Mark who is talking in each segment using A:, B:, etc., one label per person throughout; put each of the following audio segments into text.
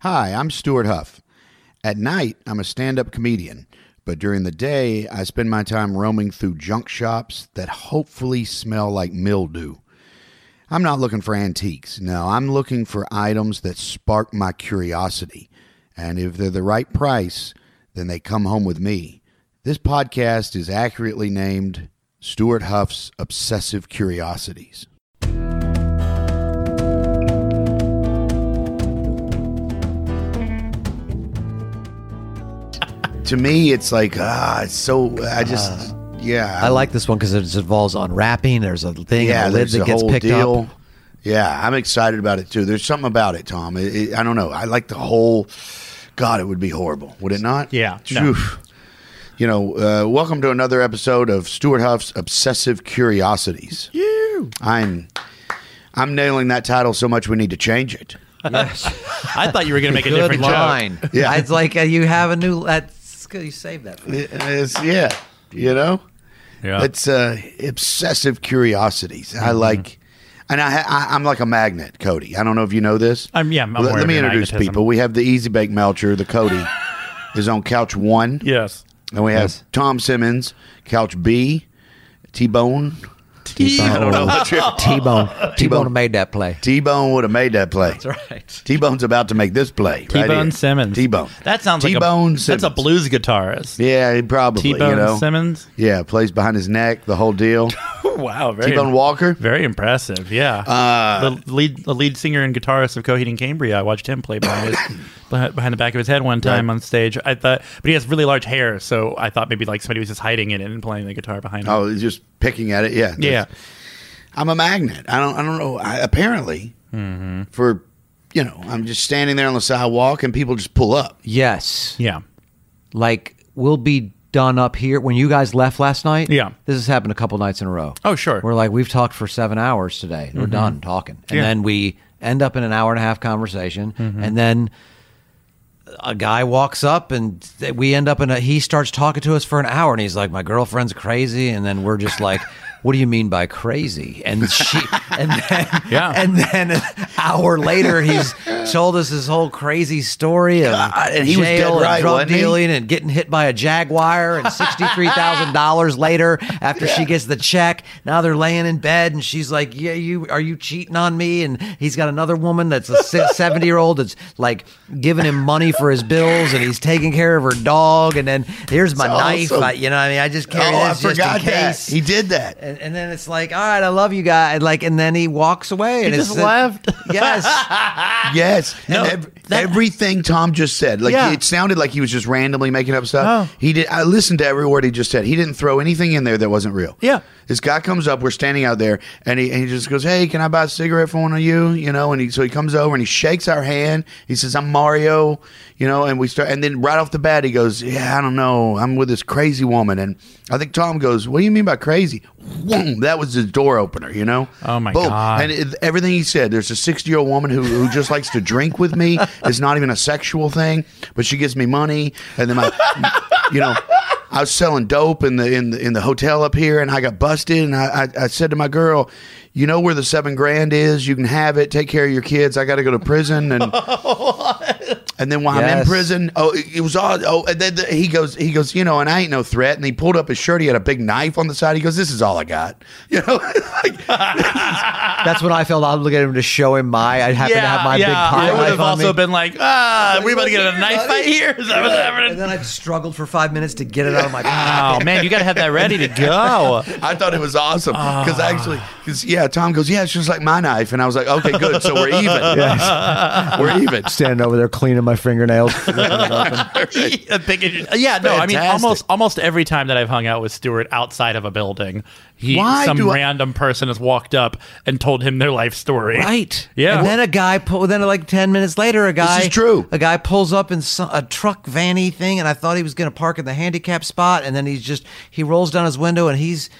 A: Hi, I'm Stuart Huff. At night, I'm a stand up comedian, but during the day, I spend my time roaming through junk shops that hopefully smell like mildew. I'm not looking for antiques. No, I'm looking for items that spark my curiosity. And if they're the right price, then they come home with me. This podcast is accurately named Stuart Huff's Obsessive Curiosities. to me, it's like, ah, it's so, I just, yeah.
B: I like this one because it involves unwrapping. There's a thing, yeah, a lid
A: there's
B: that
A: the
B: gets
A: whole
B: picked
A: deal.
B: up.
A: Yeah, I'm excited about it too. There's something about it, Tom. It, it- I don't know. I like the whole. God, it would be horrible, would it not?
C: Yeah, no.
A: Phew. You know, uh, welcome to another episode of Stuart Huff's Obsessive Curiosities. You. I'm. I'm nailing that title so much we need to change it.
C: I thought you were going to make a
B: Good
C: different
B: line.
A: Yeah.
B: it's like uh, you have a new. That's good. You saved that. For me.
A: It's- yeah, you know.
C: joke. Yeah. Mm-hmm.
A: It's uh, obsessive curiosities. I like, and I, I I'm like a magnet, Cody. I don't know if you know this.
C: I'm- yeah, I'm
A: let,
C: aware
A: let
C: of
A: me
C: your
A: introduce
C: magnetism.
A: people. We have the Easy Bake Melcher. The Cody is on couch one,
C: yes.
A: and we have Tom Simmons, couch B, T Bone.
C: I don't know what you're-
B: T-Bone. T-Bone made that play.
A: T Bone would have made that play. That's
B: right.
A: T Bone's about to make this play.
C: T-Bone Simmons.
A: T Bone.
C: That sounds like
A: T-Bone
C: a,
A: Simmons.
C: That's a blues guitarist.
A: Yeah, he probably. you
C: T-Bone
A: know?
C: Simmons.
A: Yeah, plays behind his neck, the whole deal.
C: wow, very
A: T Bone Walker.
C: very impressive. Yeah. Uh, the lead the lead singer and guitarist of Coheed and Cambria. I watched him play behind his behind behind the back of his head one time
A: Right.
C: on stage. I thought, but he has really large hair, so I thought maybe like somebody was just hiding it and playing the guitar behind him.
A: Oh, he's just picking at it. Yeah.
C: yeah.
A: I'm a magnet. I don't. I don't know. I, apparently,
B: Mm-hmm.
A: for you know, I'm just standing there on the sidewalk and people just pull up.
B: Yes.
C: Yeah.
B: Like we'll be done up here when you guys left last night.
C: Yeah.
B: This has happened a couple nights in a row.
C: Oh, sure. Mm-hmm.
B: We're like we've talked for seven hours today. We're done talking, and
C: Yeah. Mm-hmm.
B: then we end up in an hour and a half conversation, and then. a guy walks up and th- we end up in a he starts talking to us for an hour and he's like my girlfriend's crazy and then we're just like what do you mean by crazy and she and then
C: Yeah.
B: and then an hour later he's told us his whole crazy story of
A: God, and he was dead
B: jail and
A: right,
B: drug
A: wasn't he?
B: dealing and getting hit by a jaguar and $63,000 later after she gets the check now they're laying in bed and she's like yeah you are you cheating on me and he's got another woman that's a 70 year old that's like giving him money for his bills and he's taking care of her dog and then here's my
A: It's
B: knife
A: awesome.
B: I, you know what I mean I just carry
A: oh, I
B: this just
A: forgot
B: in case
A: that he did that.
B: and, and then it's like, all right, I love you guys. Like, and then he walks away. and it's
C: just left?
B: Yes,
A: yes.
C: No,
A: and ev-
C: that-
A: everything Tom just said, like
C: Yeah.
A: it sounded like he was just randomly making up stuff.
C: Oh.
A: He did. I listened to every word he just said. He didn't throw anything in there that wasn't real.
C: Yeah.
A: This guy comes up. We're standing out there, and he, and he just goes, "Hey, can I buy a cigarette for one of you?" You know, and he so he comes over and he shakes our hand. He says, "I'm Mario," you know, and we start. And then right off the bat, he goes, "Yeah, I don't know. I'm with this crazy woman." And I think Tom goes, "What do you mean by crazy?" Boom! That was his door opener. You know.
C: Oh, my
A: Boom.
C: God.
A: And it- everything he said. There's a 60 year old woman who, who just likes to drink with me. It's not even a sexual thing, but she gives me money. And then my, you know, I was selling dope in the in the, in the hotel up here, and I got busted. And I, I I said to my girl, you know where the seven grand is. You can have it. Take care of your kids. I got to go to prison and. And then while I'm in
B: Yes.
A: prison, oh, it it was all. Oh, and then the, he goes, he goes, you know, and I ain't no threat. And he pulled up his shirt. He had a big knife on the side. He goes, this is all I got. You know, like,
B: that's when I felt obligated to show him my. I happened to have my big
C: I
B: pie
C: would
B: knife
C: have
B: on
C: also
B: me.
C: been like, ah, we about to get in a knife fight here. Is that what's
B: and
C: happening?
B: then I struggled for five minutes to get it out of my.
C: Oh man, you got to have that ready to go.
A: I thought it was awesome because actually, because yeah, Tom goes, yeah, it's just like my knife, and I was like, okay, good, so we're even, we're even.
B: Standing over there cleaning my fingernails.
C: A big- yeah, no, I mean
A: Fantastic.
C: almost almost every time that I've hung out with Stuart outside of a building, he
A: Why
C: some
A: do I-
C: random person has walked up and told him their life story.
B: Right.
C: Yeah.
B: And then a guy. Pull, then like ten minutes later, a guy.
A: is true.
B: A guy pulls up in some, a truck vanny thing, and I thought he was going to park in the handicap spot, and then he's just he rolls down his window, and he's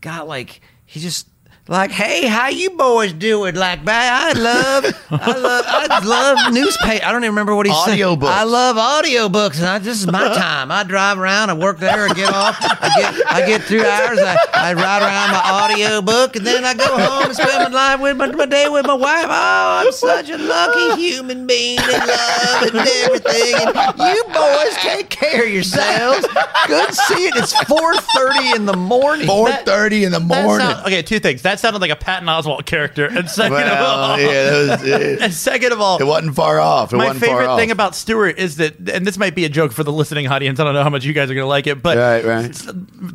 B: got like he just
D: like, hey, how you boys doing? Like, man, I love, I love, I love newspaper. I don't even remember what he said.
A: Audiobooks.
D: I love audiobooks, and I, this is my time. I drive around, I work there, I get off, I get, I get two hours, I, I ride around my audiobook, and then I go home and spend my life with my, my day with my wife. Oh, I'm such a lucky human being in love and everything. And you boys take care of yourselves. Good seeing. It's four thirty in the morning.
A: Four thirty in the
C: That
A: morning.
C: sound- okay, two things. That sounded like a Patton Oswalt character. And second of all,
A: well, yeah, that was, it,
C: and second of all,
A: it wasn't far off. It
C: my
A: wasn't far
C: favorite
A: off.
C: thing about Stewart is that, and this might be a joke for the listening audience. I don't know how much you guys are going to like it, but
A: Right, right.
C: S-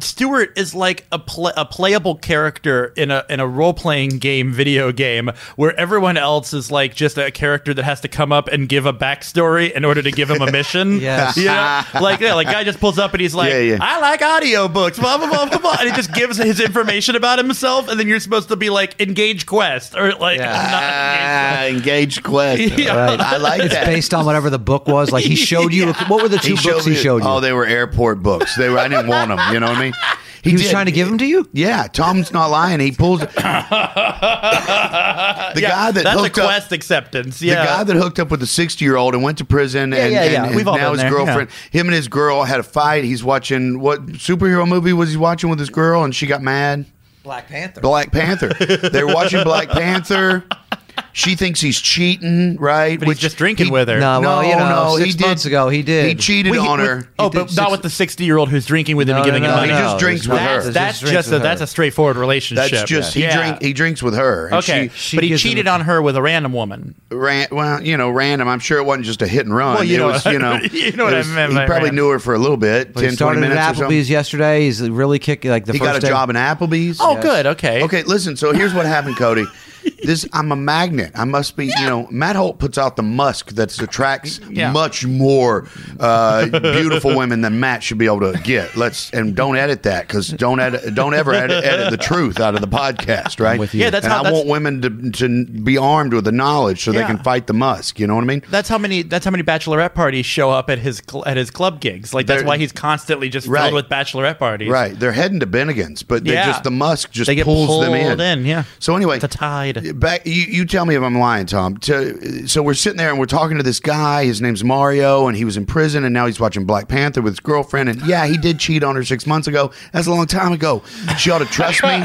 C: Stewart is like a pl- a playable character in a in a role playing game, video game, where everyone else is like just a character that has to come up and give a backstory in order to give him a mission.
D: Yes.
C: you know? like yeah, like guy just pulls up and he's like,
A: Yeah, yeah.
C: I like audiobooks, blah blah blah blah blah, and he just gives his information about himself, and then you're supposed to be like engage quest or like
D: Yeah.
C: not
A: Ah, engaged quest.
C: Yeah.
D: Right.
A: I like that.
D: based on whatever the book was. Like he showed you. What were the two books he
A: me-
D: showed you?
A: Oh, they were airport books. They were. I didn't want them. You know what I mean?
D: he was
A: did.
D: trying to give them to you.
A: Yeah, Tom's not lying. He pulls the guy that
C: that's a
A: hooked up-
C: quest acceptance. Yeah,
A: The guy that hooked up with the 60 year old and went to prison and,
D: yeah, yeah.
A: and-
C: We've
A: and
C: all
A: now
C: been
A: his
C: there,
A: girlfriend, him and his girl had a fight. He's watching what superhero movie was he watching with his girl and she got mad?
D: Black Panther.
A: Black Panther. they were watching Black Panther. She thinks he's cheating, right?
C: But he's just drinking with her.
D: No, Uh, well, you know, six
A: did-
D: months ago, he did.
A: He cheated
D: We-
A: on
D: we-
A: her.
C: Oh,
D: He
C: but
D: did
C: not
D: six-
C: with the sixty-year-old who's drinking with him and giving him money.
A: no. He just drinks
D: it's
A: with
D: not-
A: her.
D: it's
C: That's, that's
D: drinks
C: just a,
D: with
C: that's
D: her.
C: a straightforward relationship.
A: That's just he
C: Yeah.
A: drink he drinks with her. And
C: okay,
A: she
D: she
C: but he
D: gives him
C: cheated
D: a-
C: on her with a random woman.
A: ran well, you know, random. I'm sure it wasn't just a hit and run.
C: Well, you
A: it
C: know
A: was,
C: what-
A: you know,
C: you know what
A: it
C: I
A: was-
C: meant
A: He
C: by
A: probably
C: random.
A: knew her for a little bit, 10,
D: He
A: 20
D: started
A: minutes
D: at
A: or something.
D: Applebee's yesterday. He's really kicking like the
A: He
D: first
A: got a
D: day.
A: job in Applebee's.
C: Oh, good. Okay.
A: Okay, listen. So here's what happened, Cody. This I'm a magnet. I must be. You know, Matt Holt puts out the musk that attracts
C: Yeah.
A: much more uh, beautiful women than Matt should be able to get. Let's and don't edit that because don't edit, don't ever edit, edit the truth out of the podcast. Right?
D: with you. Yeah,
C: that's
A: and
C: how-
A: I
C: that's-
A: want women to to be armed with the knowledge so they
C: Yeah.
A: can fight the musk. You know what I mean?
C: That's how many. That's how many bachelorette parties show up at his cl- at his club gigs. Like that's
A: They're-
C: why he's constantly just
A: Right.
C: filled with bachelorette parties.
A: Right. They're heading to Bennigan's, but they
C: Yeah.
A: just the musk just
C: They get
A: pulls
C: pulled
A: them in.
C: in, yeah.
A: So anyway,
C: The tide.
A: Back, you, you tell me if I'm lying, Tom. To, so we're sitting there and we're talking to this guy. His name's Mario, and he was in prison, and now he's watching Black Panther with his girlfriend. And yeah, he did cheat on her six months ago. That's a long time ago. She ought to trust me.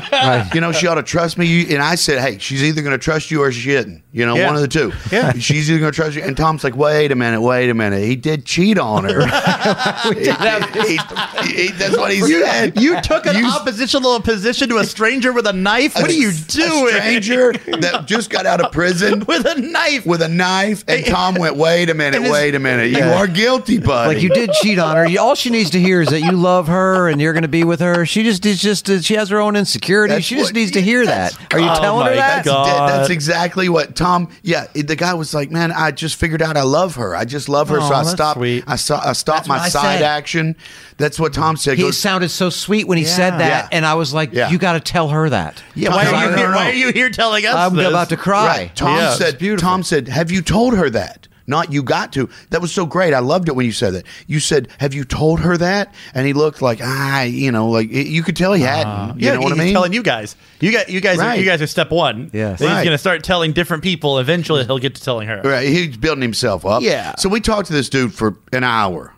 A: You know, she ought to trust me. You- And I said, hey, she's either going to trust you or she isn't. You know,
C: Yeah.
A: one of the two.
C: Yeah.
A: She's either going to trust you. And Tom's like, wait a minute, wait a minute. He did cheat on her. He- he- he- that's what he said.
C: You took an
A: You-
C: oppositional position to a stranger with a knife. What
A: a-
C: are you
A: A
C: doing?
A: stranger that just got out of prison
C: with a knife.
A: with a knife, and Tom went, "Wait a minute,
C: And his-
A: wait a minute, you
D: Yeah.
A: are guilty, buddy."
D: Like you did cheat on her. You- All she needs to hear is that you love her and you're going to be with her. She just is just uh, she has her own insecurities.
A: That's
D: she just
A: what-
D: needs to hear
A: that's-
D: that. Are you
C: Oh
D: telling her
C: my
D: that?
C: God.
A: That- that's exactly what Tom. Yeah, it- the guy was like, "Man, I just figured out I love her. I just love her."
C: Aw,
A: so I
C: that's
A: stopped.
C: sweet.
A: I saw. I stopped
D: That's
A: my
D: what I
A: side
D: said.
A: action. That's what Tom said.
D: He
A: Goes,
D: sounded so sweet when he
C: Yeah.
D: said
A: Yeah.
D: that, and I was like,
A: Yeah.
D: "You got to tell her that."
A: Yeah,
C: Why
A: No,
C: are
A: no,
C: you
A: no,
C: here?
A: no.
C: Why are you here telling us?
D: I'm
C: this?
D: about to cry.
A: Right. Tom
C: Yeah.
A: said.
D: Beautiful.
A: Tom said, "Have you told her that?" Not you got to. That was so great. I loved it when you said that. You said, "Have you told her that?" And he looked like I, you know, like you could tell he hadn't. You
C: yeah,
A: know what I
C: he's
A: mean?
C: telling you guys. You guys, you guys, are,
A: Right.
C: you guys are step one.
D: Yes.
C: Then
A: Right.
C: he's gonna start telling different people. Eventually, he'll get to telling her.
A: Right, he's building himself up.
D: Yeah.
A: So we talked to this dude for an hour.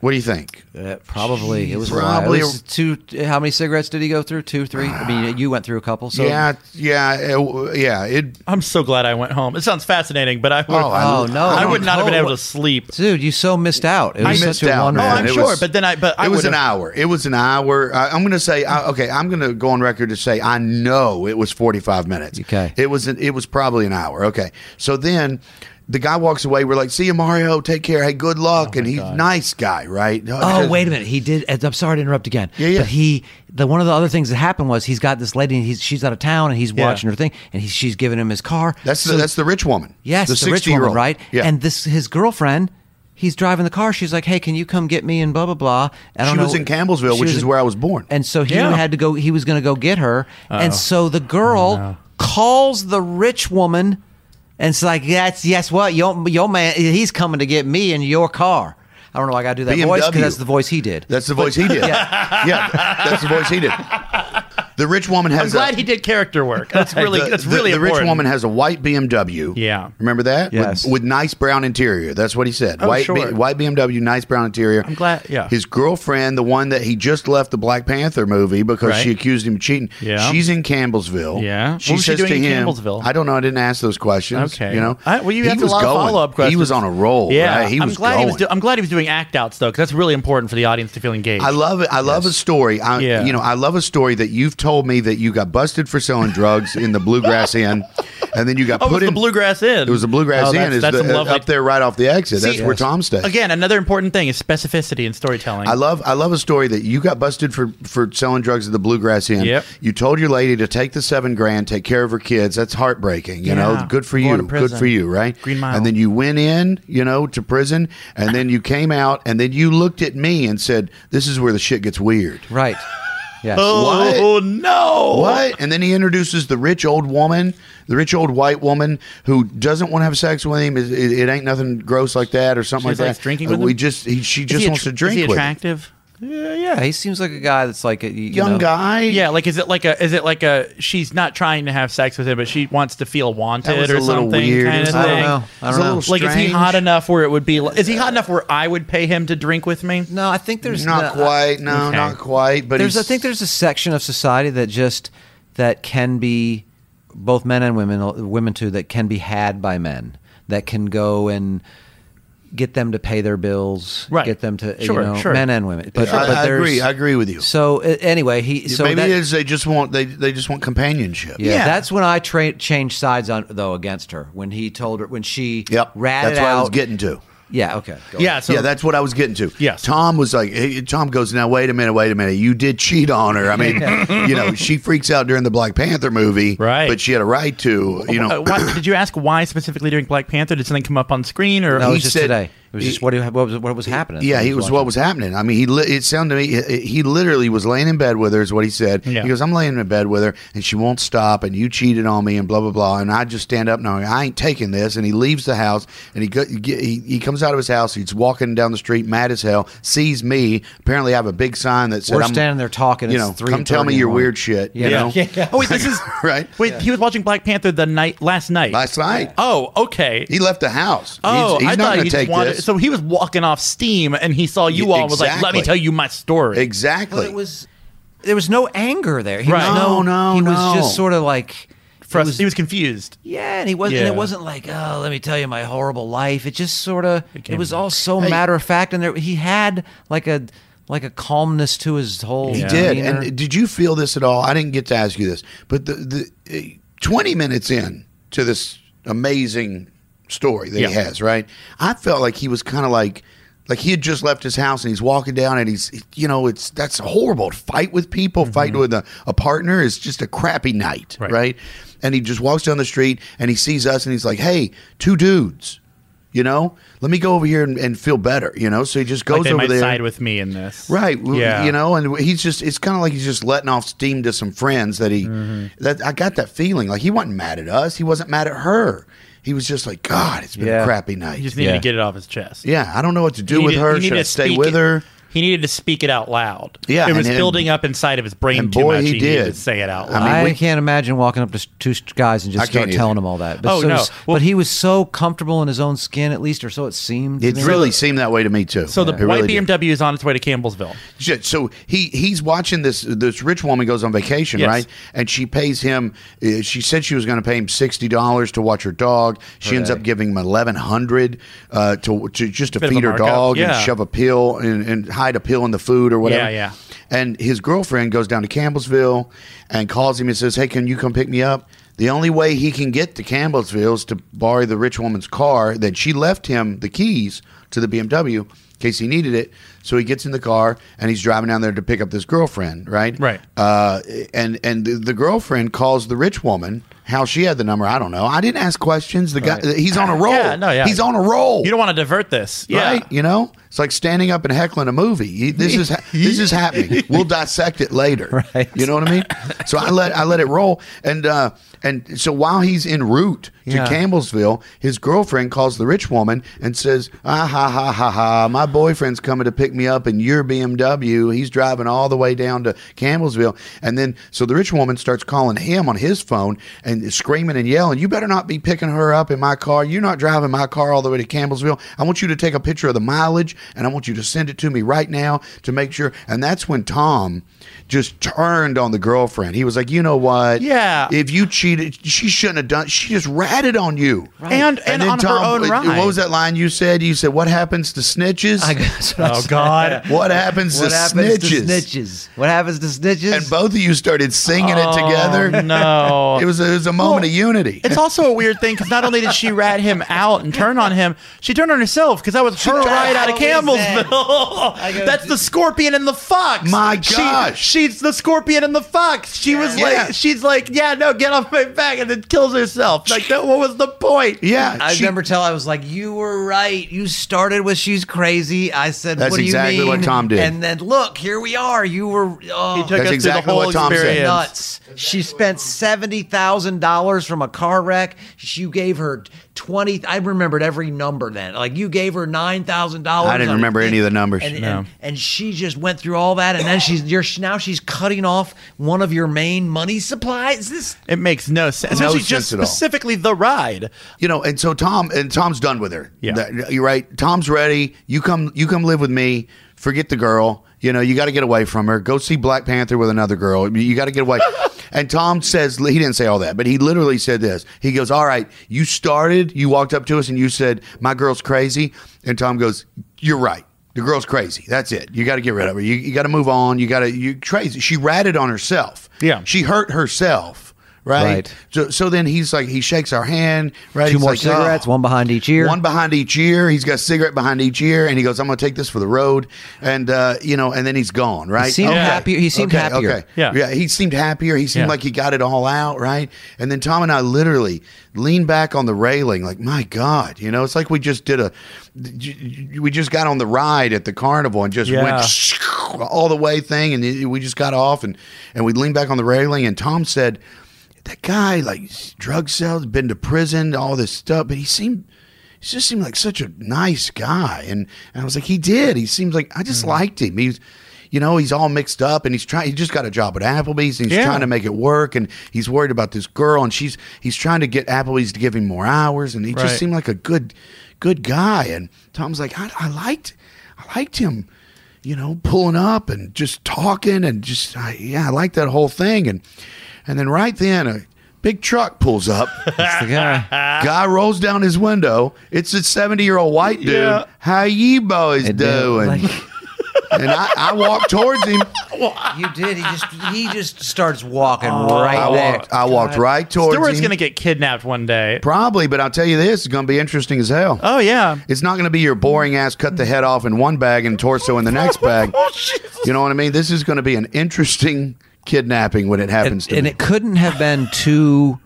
A: What do you think?
D: Uh, probably it was
A: Probably
D: probably two. How many cigarettes did he go through? Two, three. I mean, you went through a couple. So
A: yeah, yeah, it, yeah. It
C: I'm so glad I went home. It sounds fascinating, but I would,
A: Oh, I-
D: Oh no!
A: I
C: I,
A: don't
C: would not have been
D: know.
C: able to sleep.
D: Dude, you so missed out. It was
A: missed
D: such a
A: out,
C: Oh,
D: wonderful.
A: man.
C: I'm
A: it
C: sure,
A: was-
C: but then I, but I
A: it was an
C: would've-
A: hour. It was an hour. I, I'm going to say, I, okay, I'm going to go on record to say I know it was 45 minutes.
D: Okay.
A: it was an, it was probably an hour. Okay, so then the guy walks away. We're like, "See you, Mario. Take care. Hey, good luck." and he's nice guy, right?
D: Oh wait a minute! He did. I'm sorry to interrupt again.
A: Yeah, yeah.
D: But he, the one of the other things that happened was he's got this lady. And he's she's out of town and he's
C: Yeah.
D: watching her thing, and he, she's giving him his car.
A: That's the, that's the rich woman.
D: yes, the, rich woman,
A: 60-year-old.
D: right?
A: Yeah.
D: And this his girlfriend. He's driving the car. She's like, "Hey, can you come get me?" And blah blah blah. I don't
A: she
D: know.
A: was in Campbellsville,
D: She
A: which
D: was
A: is
D: in-
A: where I was born.
D: And so he
C: Yeah.
D: had to go. He was going to go get her. And so the girl calls the rich woman, and it's like, "That's yes, what your your man? He's coming to get me in your car." I don't know. why I got to do that voice
A: BMW.
D: because that's the voice he did.
A: That's the voice he did. yeah. that's the voice he did. The rich woman has.
C: I'm glad
A: a,
C: he did character work. That's really
A: the-
C: that's
A: the-
C: really
A: the
C: important.
A: rich woman has a white BMW.
C: Yeah.
A: remember that? With-
D: Yes.
A: With, nice brown interior. That's what he said.
C: Oh,
A: white
C: sure.
A: B- white BMW, nice brown interior.
C: I'm glad- yeah.
A: His girlfriend, the one that he just left the Black Panther movie because
C: Right.
A: she accused him of cheating.
C: Yeah.
A: she's in Campbellsville.
C: Yeah.
A: she
C: What was she
A: says
C: doing
A: to
C: in
A: him,
C: Campbellsville?
A: I don't know. I didn't ask those questions.
C: Okay.
A: you know.
C: I, well, you
A: He
C: have
A: was
C: a lot
A: going.
C: of follow up questions.
A: He was on a roll.
C: Yeah,
A: right? he
C: I'm
A: was
C: glad
A: going.
C: he was. Do- I'm glad he was doing act outs though, because that's really important for the audience to feel engaged.
A: I love it. I love a story. I,
C: Yeah.
A: You know, I love a story that you've told me that you got busted for selling drugs in the Bluegrass Inn, and then you got
C: oh, it
A: put
C: was
A: in
C: the Bluegrass Inn.
A: It was the Bluegrass
C: oh,
A: Inn.
C: That's,
A: Is
C: that's
A: the, uh,
C: some lovely.
A: up there right off the exit. that's
C: See,
A: where
C: yes.
A: Tom stays.
C: Again, another important thing is specificity in storytelling.
A: I love I love a story that you got busted for for selling drugs at the Bluegrass Inn.
C: Yep.
A: You told your lady to take the seven grand, take care of her kids. That's heartbreaking. You know,
C: Yeah.
A: good for
C: Going
A: you.
C: to
A: Good for
C: prison.
A: you, right?
C: Green Mile.
A: And then you went in, you know, to prison, and then you came out, and then you looked at me and said, "This is where the shit gets weird."
D: Right. Yes.
C: oh no!
A: What? And then he introduces the rich old woman, the rich old white woman who doesn't want to have sex with him. It, it, it ain't nothing gross like that or something
C: She's,
A: like
C: like,
A: that.
C: drinking
A: Uh,
C: with
A: we
C: him?
A: just he, she
C: Is
A: just
C: he
A: wants
C: attr-
A: to drink
C: Is he
A: with him.
C: attractive? Yeah, yeah.
D: Yeah, he seems like a guy that's like a you
A: young
D: know-
A: guy.
C: Yeah, like is it like a is it like a she's not trying to have sex with him, but she wants to feel wanted
A: That was
C: or
A: a little
C: something
A: weird.
C: kind
A: It
C: of
A: was a
C: thing.
D: I
A: little-
D: don't know.
A: it
D: I
A: was
D: don't
A: a
D: know.
A: little
C: Like is he
A: strange.
C: hot enough where it would be? Like, is he hot enough where I would pay him to drink with me?
D: No, I think there's
A: Not
D: no-
A: quite. No,
C: Okay.
A: not quite. But
D: there's I
A: he's-
D: think there's a section of society that just that can be both men and women women too that can be had by men that can go and get them to pay their bills
C: Right.
D: get them to
C: Sure,
D: you know
C: sure.
D: men and women but,
A: I,
D: but
A: I
D: there's-
A: agree. I agree with you.
D: so uh, anyway he so
A: Maybe
D: that-
A: it is they just want they they just want companionship.
D: yeah,
C: Yeah.
D: that's when I tra- changed sides on though against her when he told her when she
A: Yep.
D: ratted
A: That's what
D: out
A: I was getting to.
D: yeah okay go
C: Yeah, so
A: yeah, that's what I was getting to.
C: Yes.
A: Tom was like, hey, Tom goes, now wait a minute, wait a minute. You did cheat on her. I mean, you know, she freaks out during the Black Panther movie,
C: Right.
A: But she had a right to, you
C: Uh,
A: know.
C: why, did you ask why specifically during Black Panther? Did something come up on screen or
D: no it
A: He
D: was just
A: said-
D: today it was
A: he-
D: just what, he- what was what was happening
A: Yeah, he was
D: watching.
A: what was happening. I mean, he li- it sounded to me he- he literally was laying in bed with her. Is what he said.
C: Yeah.
A: He goes, "I'm laying in bed with her, and she won't stop, and you cheated on me, and blah blah blah." And I just stand up, knowing I ain't taking this. And he leaves the house, and he go- he, he comes out of his house. He's walking down the street, mad as hell. Sees me. Apparently, I have a big sign that said,
D: We're
A: I'm-
D: standing there talking,
A: You
D: it's
A: know,
D: 3
A: come tell me your weird shit. You
D: Yeah.
A: know,
C: Oh wait, this is
A: right?
C: Wait, he was watching Black Panther the night last night.
A: Last night
C: Oh, okay.
A: he left the house.
C: oh,
A: he's, he's
C: I
A: not
C: thought
A: gonna
C: he
A: take
C: just wanted.
A: this.
C: So he was walking off steam, and he saw you
A: Yeah,
C: all. and Was like, let
A: exactly.
C: me tell you my story.
A: exactly.
D: Well, it was there was no anger there. He
C: Right.
D: was
A: No,
D: no,
A: no,
D: He
A: no.
D: was just sort of like
C: For
D: it
C: us-
D: was-
C: he was confused.
D: yeah, and he wasn't. And
C: Yeah.
D: it wasn't like oh, let me tell you my horrible life. It just sort of it,
C: came-
D: was all so matter of fact, and there he had like a like a calmness to his whole.
A: He
C: Yeah.
A: did.
D: demeanor.
A: And did you feel this at all? I didn't get to ask you this, but the, the uh, 20 minutes in to this amazing story that
C: Yeah.
A: he has, right? I felt like he was kind of like, like he had just left his house and he's walking down and he's, you know, it's that's horrible to fight with people, fight with a, a partner is just a crappy night, right.
C: Mm-hmm. Right.
A: And he just walks down the street and he sees us and he's like, hey, two dudes. You know, let me go over here and, and feel better. You know, so he just goes
C: Like they
A: over
C: might
A: there.
C: side with me in this.
A: Right. w-
C: Yeah.
A: You know, and he's just, it's kind of like he's just letting off steam to some friends that he,
C: Mm-hmm.
A: that I got that feeling. Like he wasn't mad at us. He wasn't mad at her. He was just like, God, it's been a
D: Yeah.
A: crappy
C: He
A: night.
C: just needed
D: Yeah.
C: to get it off his chest.
A: Yeah. I don't know what to do
C: He
A: with
C: needed-
A: her.
C: he
A: Should
C: needed
A: I
C: to
A: stay
C: speak
A: with
C: it-
A: her?
C: He needed to speak it out loud.
A: Yeah,
C: it
A: and-
C: was
A: and-
C: building up inside of his brain
A: and
C: too
A: boy,
C: much.
A: he
C: needed to
A: did.
C: say it out
A: I
C: loud.
A: mean,
D: I,
A: we-
D: can't imagine walking up to s- two s- guys and
A: I can't
D: just start
A: either.
D: telling them all that. But
C: Oh,
D: so
C: no.
D: s-
C: Well-
D: but he was so comfortable in his own skin, at least, or so it seemed. to
A: It
D: me.
A: really seemed that way to me too.
C: so the
A: It
C: white
A: really did.
C: BMW is on its way to Campbellsville.
A: Shit, So he he's watching this this rich woman goes on vacation,
C: Yes.
A: right? And she pays him. uh, She said she was going to pay him sixty dollars to watch her dog. She ends up giving him eleven hundred uh, to, to just to
C: Bit of a
A: feed her
C: markup.
A: dog and
C: Yeah.
A: shove a pill and, and hide a pill in the food or whatever.
C: Yeah, yeah.
A: And his girlfriend goes down to Campbellsville and calls him and says, "Hey, can you come pick me up?" The only way he can get to Campbellsville is to borrow the rich woman's car. Then she left him the keys to the BMW in case he needed it. So he gets in the car and he's driving down there to pick up this girlfriend, right?
C: Right.
A: Uh, and and the, the girlfriend calls the rich woman. How she had the number, I don't know. I didn't ask questions. The guy, he's on a roll.
C: Yeah, no, yeah.
A: He's on a roll.
C: You don't want to divert this. Yeah.
A: Right? You know, it's like standing up and heckling a movie. You- This is ha- this is happening. We'll dissect it later.
D: Right.
A: You know what I mean? So I let I let it roll, and uh, and so while he's en route,
D: Yeah.
A: to Campbellsville, his girlfriend calls the rich woman and says, ah, ha, ha, ha, ha, my boyfriend's coming to pick me up in your BMW. He's driving all the way down to Campbellsville. And then, so the rich woman starts calling him on his phone and screaming and yelling, you better not be picking her up in my car. You're not driving my car all the way to Campbellsville. I want you to take a picture of the mileage and I want you to send it to me right now to make sure. And that's when Tom just turned on the girlfriend. He was like, you know what?
C: Yeah.
A: If you cheated, she shouldn't have done. She just ratted on you.
C: And- and on her own
A: uh,
C: right.
A: What was that line you said? You said, "What happens to snitches?
D: I guess what I'm
C: Oh
D: saying.
C: God.
A: what happens,
D: What
A: to,
D: happens to
A: snitches?
D: snitches? What happens to snitches?
A: And both of you started singing it
C: Oh,
A: together.
C: no.
A: It was a, it was a moment of unity.
C: It's also a weird thing because not only did she rat him out and turn on him, she turned on herself because that was her ride out of
D: totally said-
C: Campbellsville. That's the scorpion and the fox.
A: My
C: She-
A: gosh.
C: she's the scorpion and the fox. She was
A: Yeah.
C: like, she's like, yeah, no, get off my back, and then kills herself. Like, that, what was the point?
A: Yeah,
D: I
A: she-
D: remember tell I was like, "You were right. You started with she's crazy." I said,
A: That's
D: "What do
A: exactly
D: you mean?"
A: what Tom did.
D: And then look, here we are. You were oh,
C: He took
A: That's
C: us
A: exactly
C: through the whole
A: what Tom said.
C: experience.
D: nuts. She spent seventy thousand dollars from a car wreck. You gave her twenty. I remembered every number then. Like you gave her nine thousand dollars.
A: I didn't remember any of the numbers.
D: And,
C: No.
D: and, and she just went through all that, and then she's you're now she's cutting off one of your main money supplies. This
C: It makes no sense.
A: No
C: Especially
A: sense
C: just
A: at all.
C: specifically the ride.
A: you know and so tom and tom's done with her
C: Yeah.
A: That- you're right tom's ready you come you come live with me forget the girl you know you got to get away from her go see black panther with another girl you got to get away and tom says he didn't say all that but he literally said this he goes all right you started you walked up to us and you said my girl's crazy and tom goes you're right the girl's crazy that's it you got to get rid of her you, you got to move on you got to you crazy she ratted on herself
C: Yeah.
A: she hurt herself right
D: Right.
A: so, so then he's like, he shakes our hand, right?
D: two
A: He's
D: more
A: like,
D: cigarettes,
A: "Oh."
D: one behind each ear.
A: One behind each ear. He's got a cigarette behind each ear, and he goes, "I'm going to take this for the road," and uh, you know, and then he's gone. Right?
D: seemed happier- he seemed
A: okay,
D: happier.
A: Okay.
C: Yeah.
A: Yeah. He seemed happier. He seemed
C: Yeah.
A: like he got it all out. Right? And then Tom and I literally leaned back on the railing, like, "My God!" You know, it's like we just did a, we just got on the ride at the carnival and just
C: Yeah.
A: went all the way thing and it- we just got off and and we leaned back on the railing and tom said that guy like drug sales been to prison all this stuff but he seemed he just seemed like such a nice guy and, and i was like he did he seems like i just
C: Hmm.
A: liked him he's you know he's all mixed up and he's trying he just got a job at applebee's and he's
C: Yeah.
A: trying to make it work and he's worried about this girl and she's he's trying to get applebee's to give him more hours and he
C: Right.
A: just seemed like a good good guy and tom's like i, I liked i liked him you know, pulling up and just talking and just I, yeah, I like that whole thing. And and then right then a big truck pulls up.
D: That's the guy.
A: Guy rolls down his window. It's a seventy year old white dude.
C: Yeah.
A: How you boys
D: And then,
A: doing?
D: like-
A: and I, I walked towards him.
D: You did. He just he just starts walking right
A: Oh, I
D: there.
A: walked I walked right towards
C: Stewart's
A: him.
C: going to get kidnapped one day.
A: Probably, but I'll tell you this, it's gonna be interesting as hell.
C: Oh, yeah.
A: It's not going to be your boring ass cut the head off in one bag and torso in the next bag.
C: Oh,
A: You know what I mean? This is going to be an interesting kidnapping when it happens
D: and,
A: to
D: and
A: me.
D: it couldn't have been too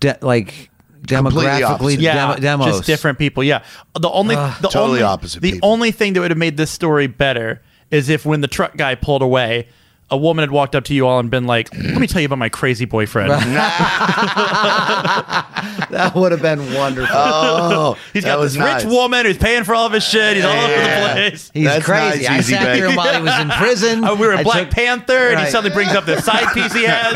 D: de- like demographically
A: opposite.
C: yeah,
D: demo- demos.
C: just different people. Yeah, the only the
A: Ah, Totally
C: only,
A: opposite
C: The
A: people.
C: only thing that would have made this story better is if when the truck guy pulled away, a woman had walked up to you all and been like, "Let me tell you about my crazy boyfriend.
D: That would have been wonderful.
A: oh,
C: He's
A: that
C: got
A: was
C: this
A: nice.
C: rich woman who's paying for all of his shit. He's all over the
A: Yeah.
C: place."
D: He's
A: That's
D: crazy.
A: nice,
D: I
A: Easy
D: sat
A: Bake.
D: there while he was in prison.
C: Oh, we were
D: I
C: a Black
D: took-
C: Panther, and he
D: Right.
C: suddenly brings up the side piece he has.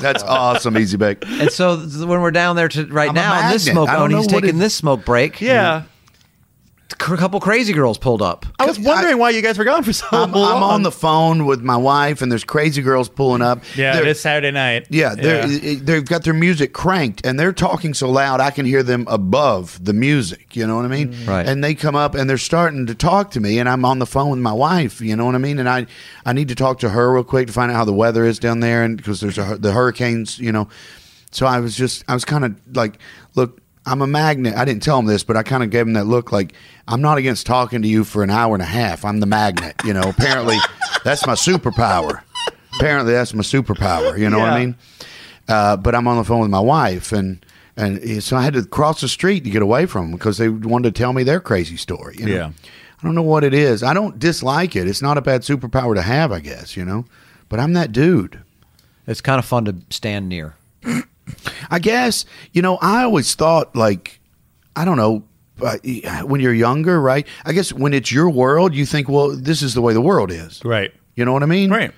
A: That's awesome, Easy Bake.
D: And so th- when we're down there to right
A: I'm a
D: now, on this
A: magnet.
D: smoke,
A: I don't
D: oh, and
A: know
D: he's
A: what
D: taking
A: it-
D: this smoke break.
C: yeah,
D: a couple crazy girls pulled up.
C: I was wondering why you guys were gone for so
A: I'm,
C: long.
A: I'm on the phone with my wife, and there's crazy girls pulling up.
C: yeah,
A: They're-
C: it is Saturday night.
A: Yeah, they're, it- they've got their music cranked and they're talking so loud I can hear them above the music. You know what I mean?
D: Right.
A: And they come up and they're starting to talk to me, and I'm on the phone with my wife. You know what I mean? And I, I need to talk to her real quick to find out how the weather is down there, and because there's a, hur- the hurricanes. You know, so I was just I was kind of like, look. I'm a magnet. I didn't tell him this, but I kind of gave him that look like I'm not against talking to you for an hour and a half. I'm the magnet, you know. Apparently, that's my superpower. Apparently, that's my superpower. You know what I
C: Yeah.
A: mean? uh, but I'm on the phone with my wife, and and it- so I had to cross the street to get away from them because they wanted to tell me their crazy story. you know?
C: Yeah.
A: I don't know what it is. I don't dislike it. It's not a bad superpower to have, I guess. You know, but I'm that dude.
D: It's kind of fun to stand near.
A: I guess you know. I always thought like, I don't know, uh, when you're younger, right? I guess when it's your world, you think, well, this is the way the world is,
C: Right.
A: You know what I mean,
C: Right.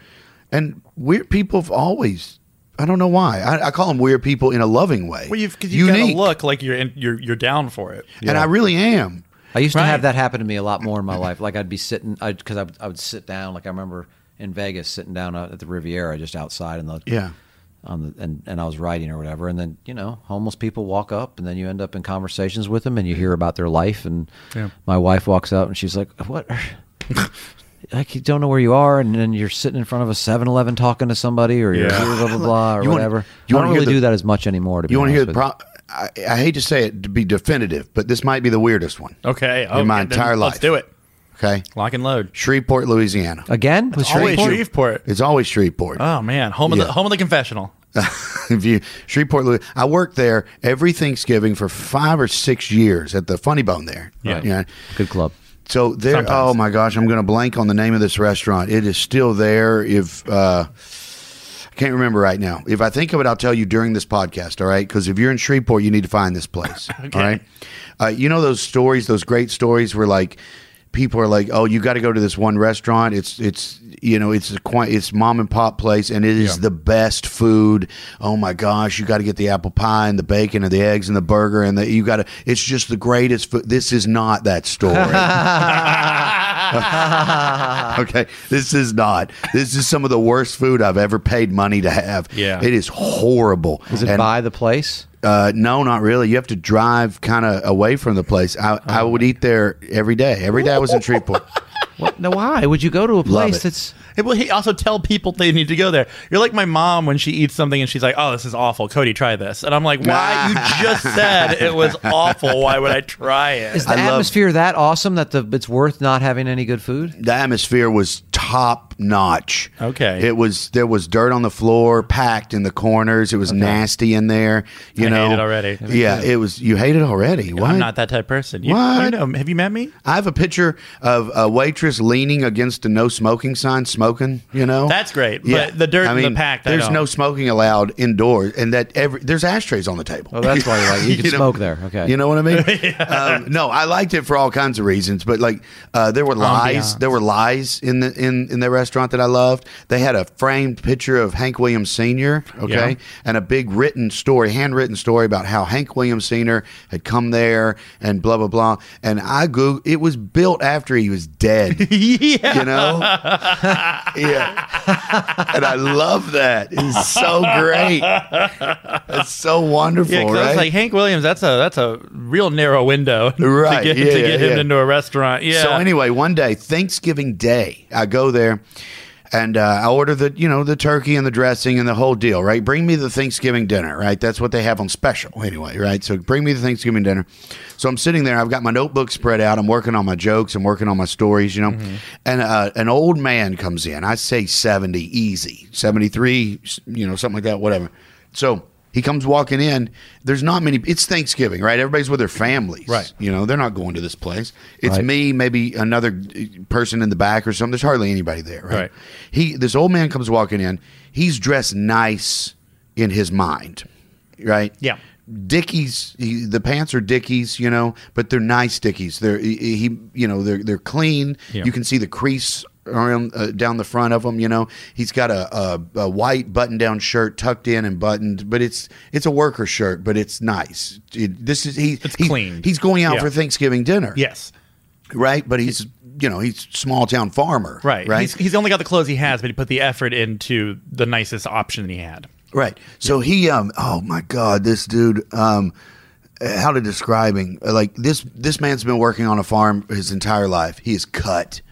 A: And weird people have always. I don't know why. I, I call them weird people in a loving way.
C: Well, you've, 'cause you gotta
A: Unique.
C: look like you're in, you're you're down for it.
A: and I really am.
D: I used to
C: Right.
D: have that happen to me a lot more in my life. Like I'd be sitting, because I, would I would sit down. Like I remember in Vegas, sitting down out at the Riviera, just outside, and the
A: Yeah.
D: on the and, and I was writing or whatever. And then you know, homeless people walk up, and then you end up in conversations with them, and you hear about their life. And
C: Yeah.
D: my wife walks up, and she's like, "What?" are- Like you don't know where you are, and then you're sitting in front of a 7-Eleven talking to somebody, or you're
C: Yeah.
D: blah blah blah, or
A: You wanna-
D: whatever.
A: you
D: I
A: wanna
D: don't
A: hear
D: really
A: the-
D: do that as much anymore. To be
A: You want to hear the
D: honest with
A: pro? I, I hate to say it to be definitive, but this might be the weirdest one.
C: Okay.
A: in my
C: okay, then
A: entire life.
C: Let's do it.
A: Okay,
C: Lock and load.
A: Shreveport, Louisiana.
D: you. again with
C: Always
D: Shreveport?
C: Shreveport.
A: It's always Shreveport.
C: Oh man, home of
A: Yeah.
C: the home of the confessional.
A: if you Shreveport, Louis, I worked there every Thanksgiving for five or six years at the Funny Bone there.
C: Yeah.
A: yeah.
D: Good club.
A: So there.
C: Sometimes.
A: Oh my gosh, I'm going to blank on the name of this restaurant. It is still there. If uh, I can't remember right now. If I think of it, I'll tell you during this podcast. All right, because if you're in Shreveport, you need to find this place. All right. Uh, you know those stories, those great stories where like people are like, "Oh, you got to go to this one restaurant. It's it's you know it's a quite, it's mom and pop place, and it is the best food. Oh my gosh, you got to get the apple pie and the bacon and the eggs and the burger and the you got to. It's just the greatest food. This is not that story. Okay, this is not. This is some of the worst food I've ever paid money to have.
C: Yeah.
A: it is horrible.
D: Is it
A: And,
D: by the place?
A: Uh, no, not really. You have to drive kind of away from the place. I,
C: Oh,
A: I would eat there every day. Every day I was in Shreveport.
D: What? No, why would you go to a
A: it.
D: place that's?
C: Hey, well, he also tell people they need to go there. You're like my mom when she eats something and she's like, "Oh, this is awful, Cody, try this," and I'm like, "Why? you just said it was awful. Why would I try it?"
D: Is the
A: I love-
D: atmosphere that awesome that the it's worth not having any good food?
A: the atmosphere was top notch.
C: Okay.
A: It was there was dirt on the floor, packed in the corners. It was nasty in there. You
C: I
A: know
C: hate it already.
A: Yeah, it was. You hate it already. What?
C: I'm not that type of person. You,
A: What?
C: you know, have you met me?
A: I have a picture of a waitress leaning against a no smoking sign, smoking. You know,
C: That's great, but the dirt
A: I
C: and the
A: mean,
C: packed, I
A: There's
C: don't.
A: no smoking allowed indoors, and that every there's ashtrays on the table.
D: Oh, that's why you like you can
A: You know-
D: smoke there. Okay,
A: You know what I mean? um, no, I liked it for all kinds of reasons, but like uh, there were lies.
C: Ambiance.
A: There were lies in the in in the restaurant that I loved. They had a framed picture of Hank Williams Sr. Okay,
C: Yeah.
A: and a big written story, handwritten story about how Hank Williams Sr. had come there and blah blah blah. And I googled. It was built after he was dead.
C: yeah.
A: You know? yeah. And I love that. It's so great. It's so wonderful,
C: Yeah, 'cause I
A: right?
C: was like Hank Williams. That's a that's a real narrow window
A: Right,
C: to get,
A: yeah,
C: to
A: yeah,
C: get
A: yeah.
C: him into a restaurant. Yeah.
A: So anyway, one day, Thanksgiving Day, I go there and uh, I order the, you know, the turkey and the dressing and the whole deal, right? Bring me the Thanksgiving dinner, right? That's what they have on special anyway, right? So bring me the Thanksgiving dinner. So I'm sitting there, I've got my notebook spread out, I'm working on my jokes, I'm working on my stories, you know. And uh, an old man comes in. I say 70 easy, 73, you know, something like that, whatever. So he comes walking in. There's not many. It's Thanksgiving, right? Everybody's with their families,
C: Right.
A: You know, they're not going to this place. It's
D: Right.
A: me, maybe another person in the back or something. There's hardly anybody there, right?
C: Right.
A: He, this old man comes walking in. He's dressed nice in his mind, right?
C: Yeah.
A: Dickies, he, the pants are Dickies, you know, but they're nice Dickies. They're he, he- you know, they're they're clean.
C: Yeah.
A: You can see the crease around uh, down the front of him. You know, he's got a, a, a white button-down shirt tucked in and buttoned, but it's it's a worker shirt, but it's nice. It- this is he.
C: It's
A: he-
C: clean.
A: He's going out
C: Yeah.
A: for Thanksgiving dinner.
C: yes.
A: right. But he's you know he's small town farmer.
C: Right.
A: Right.
C: He's, he's only got the clothes he has, but he put the effort into the nicest option he had.
A: Right. So he um oh my god, this dude um how to describe him? Like this this man's been working on a farm his entire life. He is cut.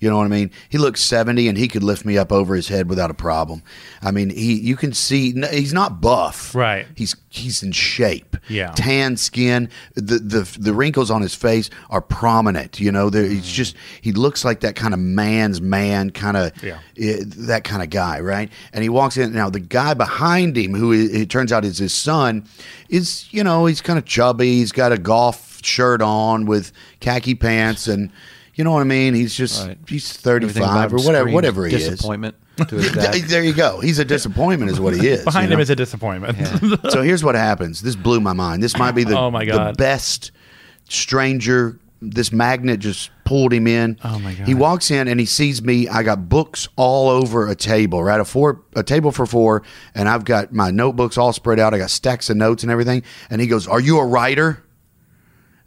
A: You know what I mean? He looks 70 and he could lift me up over his head without a problem. I mean, he you can see n- he's not buff.
C: Right.
A: He's he's in shape.
C: Yeah.
A: Tan skin, the the the wrinkles on his face are prominent, you know. There
C: Mm.
A: he's just he looks like that kind of man's man kind of
C: Yeah.
A: i- that kind of guy, right? And he walks in. Now the guy behind him, who i- it turns out is his son, is you know he's kind of chubby. He's got a golf shirt on with khaki pants, and you know what I mean. He's just
D: Right.
A: he's
D: Everything
A: thirty
D: about
A: five or
D: him
A: whatever,
D: screams
A: whatever he is.
D: disappointment. to his
A: Th-
D: death.
A: There you go. He's a disappointment, is what he is.
C: Behind
A: you
C: him
A: know?
C: is a disappointment.
A: so here's what happens. This blew my mind. This might be the
C: Oh, my
A: the
C: God.
A: best stranger. This magnet just pulled him in.
C: Oh, my God.
A: He walks in and he sees me. I got books all over a table, right? A four a table for four, and I've got my notebooks all spread out. I got stacks of notes and everything. And he goes, "Are you a writer?"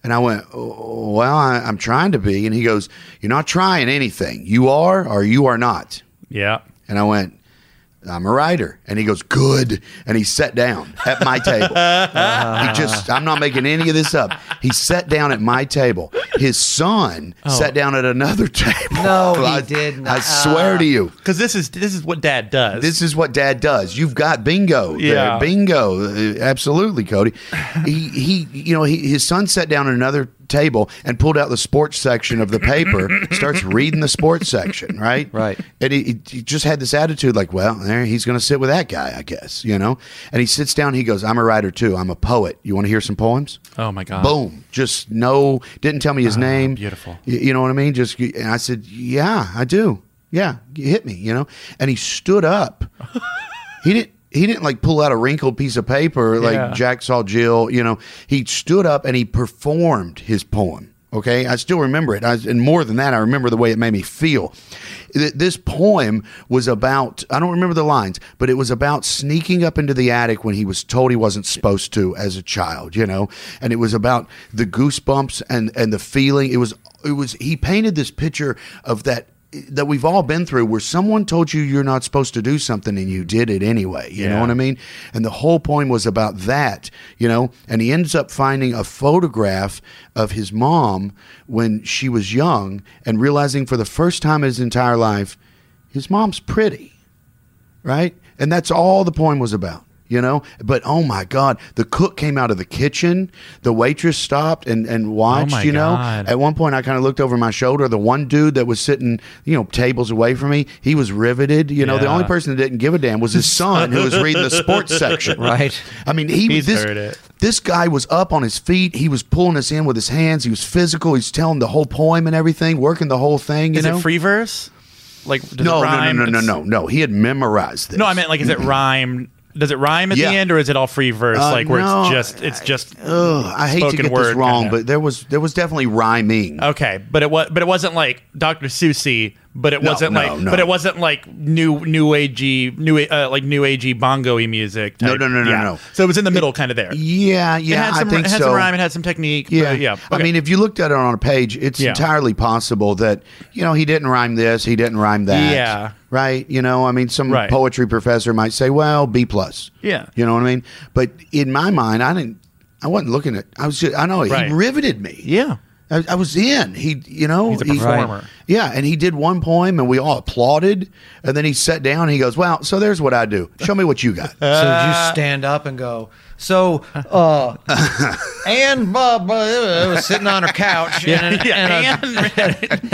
A: And I went, "Oh, "Well, I, I'm trying to be." And he goes, "You're not trying anything. You are, or you are not."
C: yeah.
A: And I went, I'm a writer. And he goes, Good. And he sat down at my table. he just, I'm not making any of this up. He sat down at my table. His son sat down at another table.
D: Oh. No, he
A: I,
D: didn't.
A: I swear to you.
C: Because this is this is what Dad does.
A: This is what dad does. You've got bingo.
C: Yeah.
A: There. Bingo. Uh, Absolutely, Cody. He, he you know, he, his son sat down at another table and pulled out the sports section of the paper, starts reading the sports section, right?
D: Right.
A: And he, he- he just had this attitude like, well, there, he's going to sit with that guy, I guess, you know? And he sits down. He goes, I'm a writer too. I'm a poet. You want to hear some poems?
C: oh my God.
A: Boom. Just no, didn't tell me his name.
C: Ah, beautiful.
A: Y- You know what I mean? Just, and I said, yeah, I do. Yeah, you hit me, you know? And he stood up. he didn't. He didn't like pull out a wrinkled piece of paper like
C: Yeah.
A: Jack saw Jill. You know, he stood up and he performed his poem. Okay, I still remember it, I, and more than that, I remember the way it made me feel. Th- This poem was about—I don't remember the lines, but it was about sneaking up into the attic when he was told he wasn't supposed to as a child, you know. And it was about the goosebumps and and the feeling. It was—it was—he painted this picture of that that we've all been through where someone told you you're not supposed to do something and you did it anyway. You know
C: Yeah.
A: what I mean? And the whole poem was about that, you know? And he ends up finding a photograph of his mom when she was young and realizing for the first time in his entire life, his mom's pretty, right? And that's all the poem was about. You know, but oh my God, the cook came out of the kitchen. The waitress stopped and, and watched,
C: Oh my
A: you know.
C: God.
A: At at one point, I kind of looked over my shoulder. The one dude that was sitting, you know, tables away from me, he was riveted. You know, the
C: Yeah.
A: only person that didn't give a damn was his son, who was reading the sports section.
D: Right.
A: I mean, he
C: He's
A: this,
C: heard it.
A: this guy was up on his feet. He was pulling us in with his hands. He was physical. He's telling the whole poem and everything, working the whole thing. You
C: is
A: know,
C: it free verse? Like does
A: no, no, no,
C: it rhyme?
A: no, no,
C: It's-
A: no, no. He had memorized this.
C: No, I meant like, is it rhyme? Does it rhyme at
A: Yeah.
C: the end, or is it all free verse?
A: Uh,
C: like where
A: no,
C: it's just it's just
A: Ugh, I hate to
C: spoken
A: get this
C: word
A: wrong,
C: kinda.
A: but there was there was definitely rhyming.
C: okay. But it was but it wasn't like Dr. Susie. But it
A: No,
C: wasn't
A: no,
C: like
A: no.
C: but it wasn't like new new agey new uh, like new agey bongo-y music.
A: No,
C: type.
A: no, no, no,
C: Yeah.
A: no.
C: So it was in the middle, kind of there.
A: yeah, yeah,
C: it had some,
A: I think
C: it had
A: so.
C: some rhyme. It had some technique.
A: Yeah,
C: but yeah.
A: I
C: okay.
A: mean, if you looked at it on a page, it's
C: Yeah.
A: entirely possible that you know he didn't rhyme this, he didn't rhyme that.
C: Yeah.
A: right. You know, I mean, some
C: Right.
A: poetry professor might say, "Well, B plus."
C: Yeah.
A: you know what I mean. But in my mind, I didn't. I wasn't looking at. I was. Just, I know
C: Right.
A: he riveted me.
C: yeah.
A: I, I was in. He, you know,
C: He's a
A: he-
C: performer.
A: Right. Yeah, and he did one poem, and we all applauded. And then he sat down. and He goes, "Wow, so there's what I do. Show me what you got."
D: So did
A: Uh,
D: you stand up and go? So, uh, Anne blah, blah, uh, was sitting on her couch and,
C: Yeah,
D: and,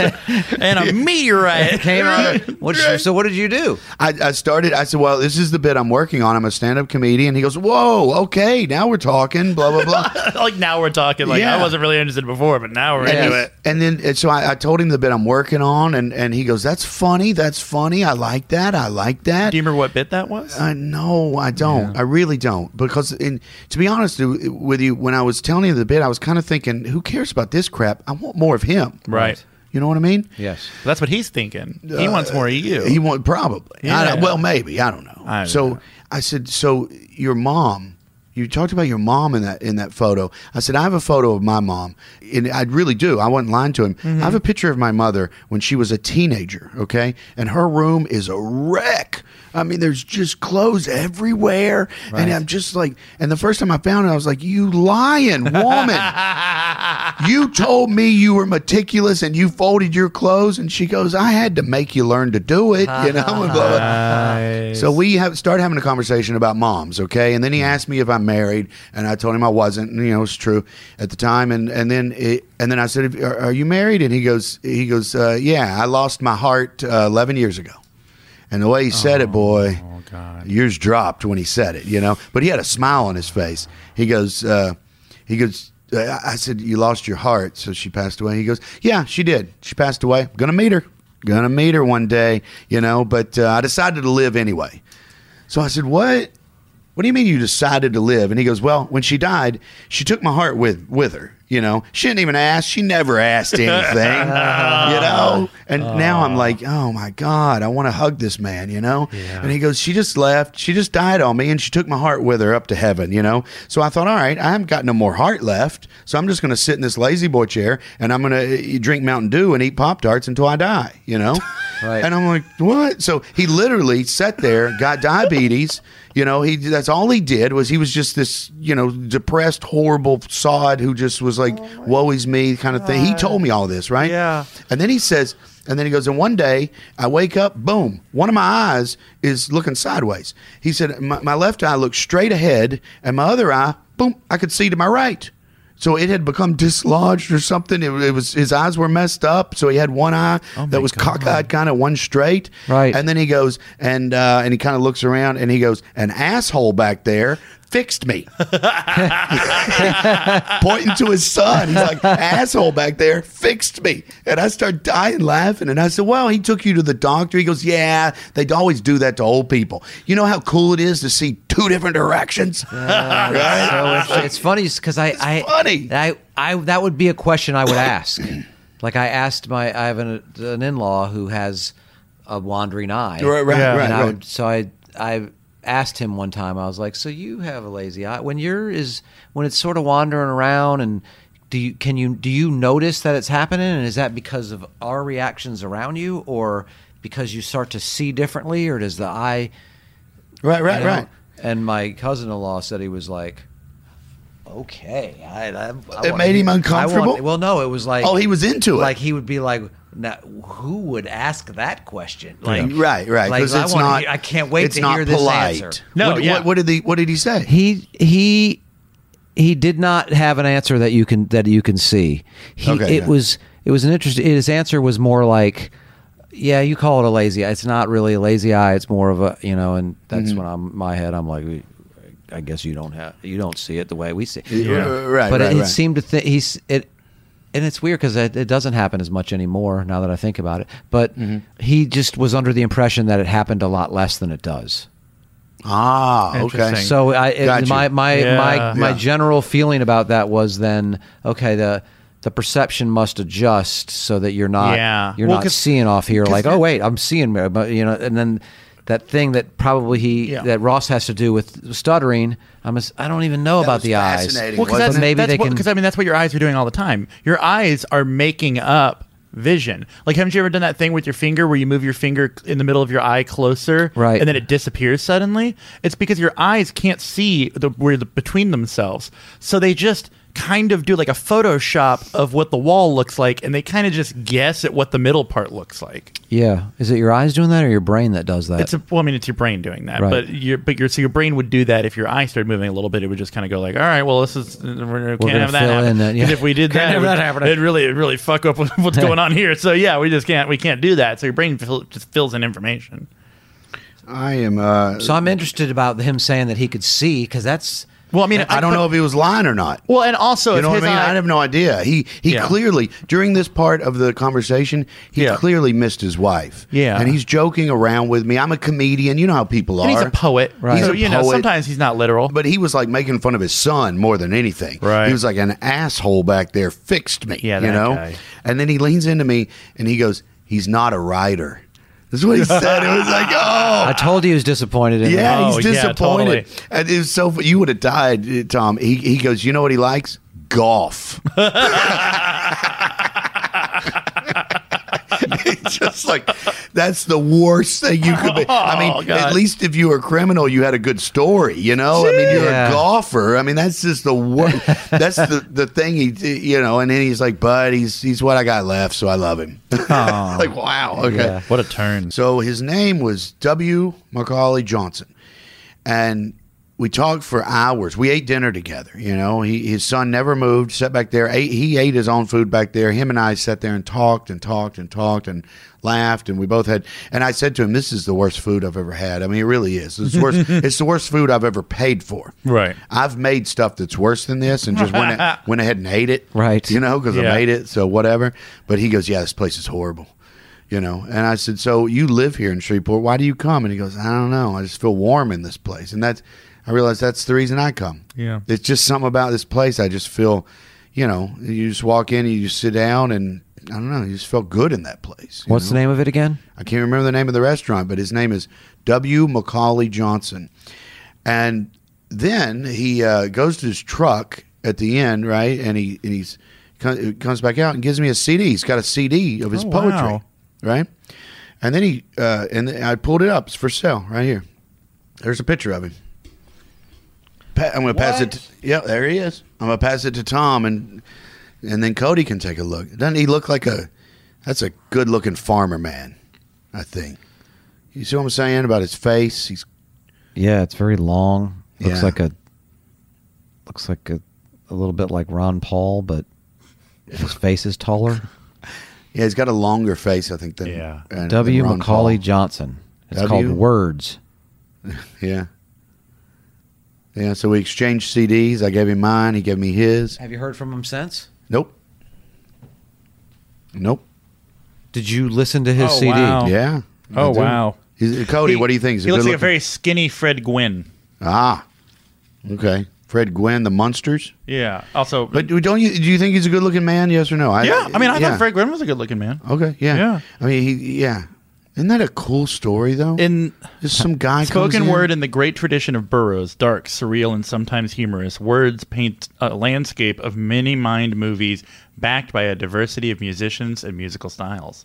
C: and, and a meteorite
D: a, came out. of- What did you, so, what did you do?
A: I, I started. I said, "Well, this is the bit I'm working on. I'm a stand-up comedian." He goes, "Whoa, okay, now we're talking." Blah blah blah.
C: like now we're talking. Like
A: Yeah.
C: I wasn't really interested before, but now we're
D: Yeah.
C: into
D: Yes.
C: it.
A: and then and so I, I told him the bit I'm working on, and and he goes, "That's funny. That's funny. I like that. I like that."
C: Do you remember what bit that was?
A: I no, I don't. I really don't. Because, in, to be honest w- with you, when I was telling you the bit, I was kind of thinking, "Who cares about this crap? I want more of him."
C: right.
A: You know what I mean?
D: Yes.
C: That's what he's thinking. He wants more of you.
A: He won't probably. I don't-
C: Yeah.
A: well, maybe I don't know.
C: I don't
A: so
C: know.
A: I said, so your mom. You talked about your mom in that in that photo. I said I have a photo of my mom, and I really do. I wasn't lying to him.
C: Mm-hmm.
A: I have a picture of my mother when she was a teenager. Okay, and her room is a wreck. I mean, there's just clothes everywhere, and I'm just like. And the first time I found it, I was like, "You lying woman! you told me you were meticulous and you folded your clothes." And she goes, "I had to make you learn to do it." You know, and blah, blah. So we have started having a conversation about moms, okay? And then he asked me if I'm married, and I told him I wasn't. And, you know, it's true at the time. And and then it, and then I said, "If- "Are, are you married?" And he goes, "He goes, uh, yeah, I lost my heart uh, 11 years ago." And the way he said it, boy, yours dropped when he said it, you know. But he had a smile on his face. He goes, uh, he goes. uh, I I said, "You lost your heart, so she passed away." He goes, "Yeah, she did. She passed away. Gonna meet her." Gonna meet her one day, you know, but uh, I decided to live anyway. So I said, What? What do you mean you decided to live? And he goes, Well, when she died, she took my heart with, with her. You know, she didn't even ask. She never asked anything, you know? And now I'm like, Oh my God, I want to hug this man, you know? And he goes, She just left. She just died on me and she took my heart with her up to heaven, you know? So I thought, All right, I haven't got no more heart left. So I'm just going to sit in this lazy boy chair and I'm going to drink Mountain Dew and eat Pop Tarts until I die, you know?
D: Right.
A: And I'm like, what? So he literally sat there, got diabetes. You know, he that's all he did was he was just this, you know, depressed, horrible sod who just was like, woe is me kind of thing. He told me all this, right?
C: Yeah.
A: And then he says, and then he goes, and one day I wake up, boom, one of my eyes is looking sideways. He said, my, my left eye looked straight ahead, and my other eye, boom, I could see to my right. So it had become dislodged or something. It, it was his eyes were messed up, so he had one eye that was cockeyed, kind of one straight.
D: Right.
A: And then he goes and uh, and he kind of looks around and he goes, an asshole back there fixed me, pointing to his son. He's like, asshole back there fixed me, and I start dying laughing. And I said, well, he took you to the doctor. He goes, yeah, they'd always do that to old people. You know how cool it is to see two different directions, right?
D: So it's, it's funny because I, I
A: Uh, funny.
D: I, I that would be a question I would ask. like I asked my I have an, an in law who has a wandering eye.
A: Right, right,
C: Yeah.
A: right,
D: and I
A: right.
D: would, so I I asked him one time. I was like, "So you have a lazy eye when you're is when it's sort of wandering around and." Do you can you do you notice that it's happening, and is that because of our reactions around you, or because you start to see differently, or does the eye
A: Right, right,
D: you know?
A: right.
D: And my cousin-in-law said he was like, "Okay, I." I, I
A: It
D: want-
A: made him
D: I want-
A: uncomfortable?
D: well, no, it was like,
A: Oh, he was into it.
D: like he would be like, now, "Who would ask that question?" Like,
A: right, right.
D: Like,
A: Because
D: I
A: it's
D: wanna
A: not.
D: hear- I can't wait
A: it's
D: to
A: not
D: hear this
A: polite.
D: answer.
C: No,
A: What,
C: yeah.
A: what, what did he? What did he say?
D: he he he did not have an answer that you can that you can see. He
A: Okay,
D: it
A: yeah.
D: was it was an interesting. His answer was more like, "Yeah, you call it a lazy. eye. It's not really a lazy eye. It's more of a you know." And that's when I'm my head. I'm like, I guess you don't have you don't see it the way we see. it."
A: Yeah. Right,
D: But
A: right,
D: it,
A: right.
D: seemed to think he's it. And it's weird because it, it doesn't happen as much anymore now that I think about it. But
A: Mm-hmm.
D: he just was under the impression that it happened a lot less than it does.
A: Ah, okay.
C: Interesting.
D: So I it-
A: Gotcha.
D: my my
C: Yeah.
D: my my
A: Yeah.
D: general feeling about that was then okay the the perception must adjust so that you're not
C: Yeah.
D: you're
C: Well,
D: not
C: 'cause-
D: seeing off here like oh wait I'm seeing mar- but you know and then that thing that probably he
C: Yeah.
D: that Ross has to do with stuttering I'm as- I don't even know about
A: was
D: the eyes
A: fascinating,
C: Well,
A: wasn't
C: because that's,
D: but maybe
C: that's
D: they
C: what-
D: can
C: 'cause, I mean, that's what your eyes are doing all the time. Your eyes are making up vision. Like, haven't you ever done that thing with your finger where you move your finger c- in the middle of your eye closer,
D: Right.
C: and then it disappears suddenly? It's because your eyes can't see the where the between themselves, so they just kind of do like a Photoshop of what the wall looks like, and they kind of just guess at what the middle part looks like.
D: yeah is it your eyes doing that or your brain that does that
C: It's a, well, I mean, it's your brain doing that,
D: Right.
C: but your but your so your brain would do that if your eye started moving a little bit, it would just kind of go like, all right, well, this is we're, we can
D: gonna
C: not have that
D: fill in
C: happen.
D: that,
C: 'Cause
D: yeah.
C: if we did
D: Can't
C: that, it
D: have
C: would,
D: that happen.
C: it'd really it'd really fuck up with what's going on here. So yeah, we just can't we can't do that. So your brain fill, just fills in information.
A: I am. Uh,
D: so I'm interested about him saying that he could see because that's
C: Well, I mean,
A: I don't know if he was lying or not.
C: Well, and also,
A: You
C: if
A: know what
C: his
A: I mean?
C: eye-
A: I have no idea. He he
C: Yeah.
A: clearly during this part of the conversation, he
C: Yeah.
A: clearly missed his wife.
C: Yeah.
A: and he's joking around with me. I'm a comedian. You know how people
C: and
A: are.
C: he's a poet,
D: Right.
C: So
A: He's a
C: you know,
A: poet.
C: sometimes he's not literal.
A: But he was like making fun of his son more than anything.
C: Right.
A: He was like an asshole back there fixed me.
C: Yeah,
A: you
C: that
A: know.
C: guy.
A: And then he leans into me and he goes, "He's not a writer." That's what he said. It was like, oh,
D: I told you he was disappointed in that.
A: yeah,
C: Oh,
A: he's
C: yeah,
A: disappointed. And it was so you would have died, eh, Tom. He he goes, you know what he likes? Golf. It's just like that's the worst thing you could be. I mean,
C: Oh, God.
A: at least if you were a criminal, you had a good story. You know, I mean, you're
D: Yeah.
A: a golfer. I mean, that's just the worst. that's the the thing. He you know, and then he's like, but he's he's what I got left, so I love him. like wow, okay.
D: Yeah.
C: what a turn!
A: So his name was W. Macaulay Johnson. And we talked for hours. We ate dinner together. You know, he, his son never moved, sat back there. Ate, he ate his own food back there. Him and I sat there and talked and talked and talked and laughed. And we both had, and I said to him, This is the worst food I've ever had. I mean, it really is. It's, worse, it's the worst food I've ever paid for.
C: Right.
A: I've made stuff that's worse than this and just went, went ahead and ate it.
D: Right.
A: You know, because
C: Yeah.
A: I made it. So whatever. But he goes, Yeah, this place is horrible. You know, and I said, "So you live here in Shreveport? Why do you come?" And he goes, "I don't know. I just feel warm in this place." And that's, I realized that's the reason I come.
C: Yeah.
A: it's just something about this place. I just feel, you know, you just walk in, you just sit down, and I don't know, you just feel good in that place. you
D: What's the name of it again?
A: I can't remember the name of the restaurant, but his name is W. Macaulay Johnson. And then he uh, goes to his truck at the end, right? And he and he's co- comes back out and gives me a CD. He's got a CD of his
C: Oh,
A: poetry,
C: wow.
A: right? And then he uh, and then I pulled it up. It's for sale right here. There's a picture of him. Pa- I'm gonna pass it. To, yeah, there he is. I'm gonna pass it to Tom, and and then Cody can take a look. Doesn't he look like a? That's a good looking farmer man, I think. You see what I'm saying about his face? He's
D: Yeah, it's very long. Looks
A: Yeah.
D: like a looks like a, a little bit like Ron Paul, but his face is taller.
A: yeah, he's got a longer face, I think. Than
C: Yeah.
A: uh, than
D: W.
A: Ron
D: Macaulay
A: Paul.
D: Johnson. It's
A: W.
D: called Words.
A: Yeah. Yeah. So we exchanged CDs. I gave him mine. He gave me his.
D: Have you heard from him since?
A: Nope. Nope.
D: Did you listen to his
C: Oh,
D: CD?
C: wow.
A: Yeah.
C: Oh
A: I do.
C: wow.
A: He's, Cody, what do you think? Is
C: He looks like a
A: good-looking-
C: very skinny Fred Gwynn.
A: Ah, okay. Fred Gwynn, the Munsters.
C: Yeah. Also,
A: But don't you do you think he's a good-looking man? Yes or no?
C: yeah. I mean, I
A: yeah.
C: thought Fred Gwynn was a good-looking man.
A: Okay, yeah.
C: Yeah.
A: I mean, he yeah. Isn't that a cool story though?
C: In
A: Just some guy comes
C: spoken
A: in-
C: word in the great tradition of Burroughs, dark, surreal, and sometimes humorous, words paint a landscape of many mind movies backed by a diversity of musicians and musical styles.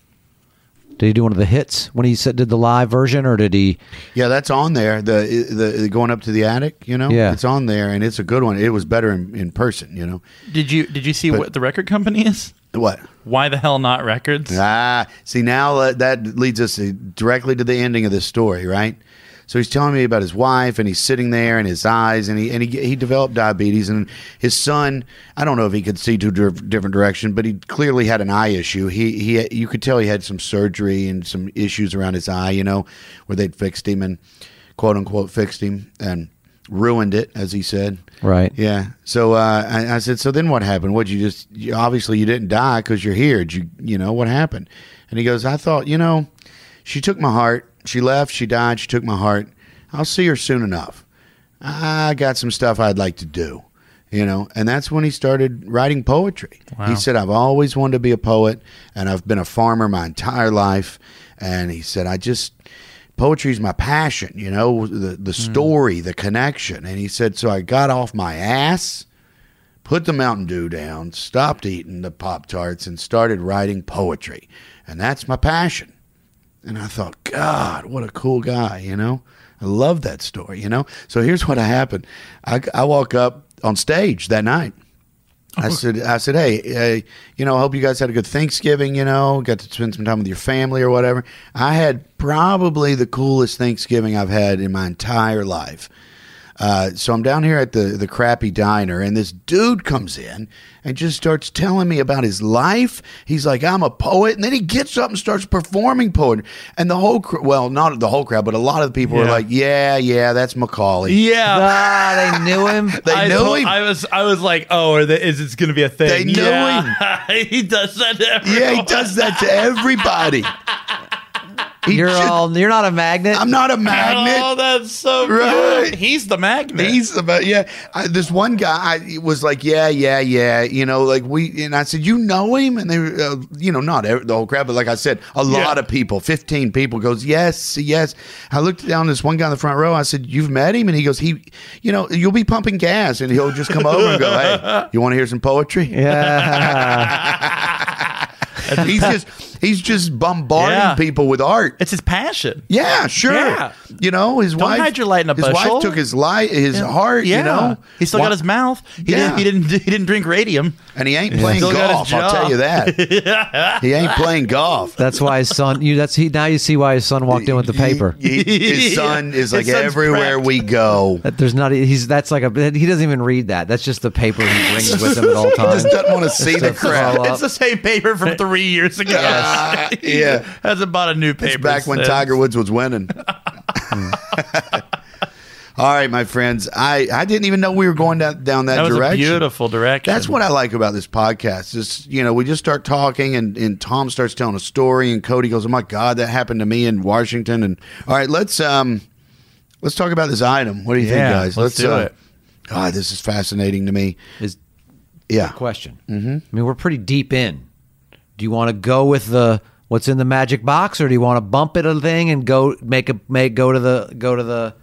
D: Did he do one of the hits when he said, did the live version, or did he?
A: Yeah, that's on there. The, the the going up to the attic, you know.
D: Yeah.
A: it's on there, and it's a good one. It was better in, in person, you know.
C: Did you did you see what the record company is?
A: What?
C: Why the hell not records?
A: Ah, see now uh, that leads us uh, directly to the ending of this story, right? So he's telling me about his wife, and he's sitting there, and his eyes, and he and he, he developed diabetes, and his son. I don't know if he could see two dir- different direction, but he clearly had an eye issue. He he, you could tell he had some surgery and some issues around his eye, you know, where they'd fixed him and quote unquote fixed him and ruined it, as he said.
D: Right.
A: Yeah. So uh, I, I said, so then what happened? What you just you, obviously you didn't die because you're here. Did you you know what happened? And he goes, I thought you know, she took my heart. She left. She died. She took my heart. I'll see her soon enough. I got some stuff I'd like to do, you know. And that's when he started writing poetry. He said, I've always wanted to be a poet, and I've been a farmer my entire life. And he said, I just poetry's my passion, you know, the the story, the connection. And he said, so I got off my ass, put the Mountain Dew down, stopped eating the Pop Tarts, and started writing poetry. And that's my passion. And I thought, God, what a cool guy, you know? I love that story, you know? So here's what happened. I, I walk up on stage that night. I said, I said, hey, hey, you know, I hope you guys had a good Thanksgiving, you know, got to spend some time with your family or whatever. I had probably the coolest Thanksgiving I've had in my entire life. Uh, so I'm down here at the the crappy diner, and this dude comes in and just starts telling me about his life. He's like, "I'm a poet," and then he gets up and starts performing poetry. And the whole cr- well, not the whole crowd, but a lot of the people are
C: Yeah.
A: like, "Yeah, yeah, that's Macaulay."
C: Yeah.
D: Ah, they knew him.
A: They
C: I
A: knew
C: told-
A: him.
C: I was I was like, oh, are they, is this going to be a thing?
A: They knew
C: yeah. he does that. to everyone.
A: yeah, he does that to everybody. He
D: You're
A: just-
D: all. You're not a magnet.
A: I'm not a magnet.
C: Oh, that's so
A: Right.
C: good. He's the magnet.
A: He's about yeah. I, this one guy I, was like, yeah, yeah, yeah. You know, like we and I said, you know him, and they, were, uh, you know, not ev- the whole crowd, but like I said, a lot of people, fifteen people, goes yes, yes. I looked down this one guy in the front row. I said, you've met him, and he goes, he, you know, you'll be pumping gas, and he'll just come over and go, hey, you want to hear some poetry?
D: yeah.
A: He's just he's just bombarding
C: Yeah.
A: people with art.
C: it's his passion.
A: Yeah, sure.
C: Yeah.
A: You know, his wife.
C: hide your light in a
A: his
C: bushel.
A: wife took his light, his heart. You know,
C: he still
A: Why-
C: got his mouth. He,
A: Yeah.
C: didn't, he didn't. He didn't drink radium.
A: and he ain't playing
C: Still got
A: golf.
C: his
A: I'll
C: job.
A: tell you that. He ain't playing golf.
D: That's why his son. You. That's he. Now you see why his son walked in with the paper.
A: He- his son is
C: His
A: like
C: son's
A: everywhere
C: prepped.
A: we go.
D: That there's not. He's. That's like a. He doesn't even read that. That's just the paper he brings with him at all
A: He
D: times.
A: just doesn't want to see the crowd.
D: Well, uh,
C: it's the same paper from three years ago.
A: Yes.
C: He
A: Yeah.
C: hasn't bought a new paper.
A: It's back when
C: since.
A: Tiger Woods was winning. All right, my friends. I, I didn't even know we were going down, down that,
C: That was
A: direction.
C: a beautiful direction.
A: That's what I like about this podcast. Is you know, we just start talking and, and Tom starts telling a story and Cody goes, Oh my God, that happened to me in Washington and all right, let's um let's talk about this item. What do you
C: Yeah,
A: think, guys?
C: let's do
A: uh,
C: it.
A: God, this is fascinating to me.
D: Is
A: Yeah.
D: question. Mm-hmm. I mean, we're pretty deep in. Do you want to go with the what's in the magic box, or do you want to bump it a thing and go make a make go to the go to the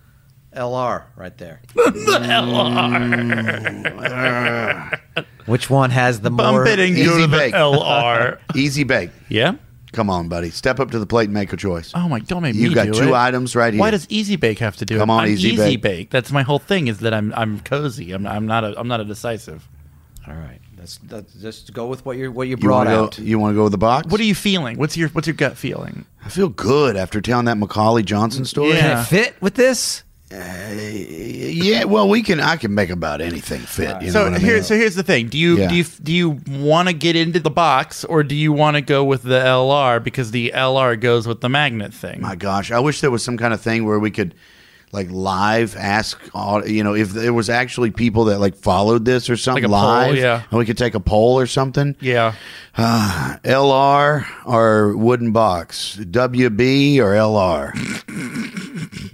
D: LR right there? the LR. Mm. Which one has the more?
C: Bump it and go
A: Easy
C: to the
A: bake.
C: LR.
A: Easy bake.
C: yeah.
A: Come on, buddy. Step up to the plate and make a choice.
C: Oh my! Don't make
A: You
C: me
A: got
C: do
A: two
C: it.
A: items right
C: Why
A: here.
C: does Easy Bake have to do
A: Come
C: it?
A: on,
C: I'm
A: Easy Bake.
C: That's my whole thing. Is that I'm I'm cozy. I'm I'm not a I'm not a decisive.
D: All right, that's, that's just go with what you what you
A: You
D: brought
A: wanna
D: out.
A: Go, you want to go with the box?
C: What are you feeling? What's your what's your gut feeling?
A: I feel good after telling that Macaulay Johnson story.
C: Yeah.
D: Can it fit with this?
A: Yeah, well, we can. I can make about anything fit. You know
C: So
A: what I
C: here
A: mean?
C: so here's the thing. Do you
A: Yeah.
C: do you do you want to get into the box or do you want to go with the LR because the LR goes with the magnet thing?
A: My gosh, I wish there was some kind of thing where we could like live ask all you know if there was actually people that like followed this or something
C: Like a poll,
A: live
C: yeah.
A: and we could take a poll or something
C: yeah.
A: lr or wooden box wb or lr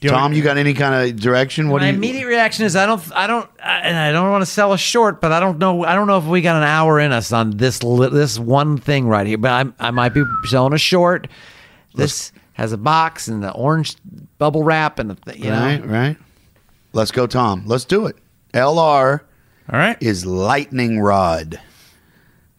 C: Do you
A: tom
C: wanna-
A: you got any kind of direction what
D: My
A: do you
D: immediate reaction is I don't I don't I, and I don't want to sell us short, but I don't know I don't know if we got an hour in us on this li- this one thing right here. But I I might be selling us short. This has a box and the orange bubble wrap and the thing, you
A: right
D: know.
A: right let's go tom let's do it lr
C: All right.
A: is lightning rod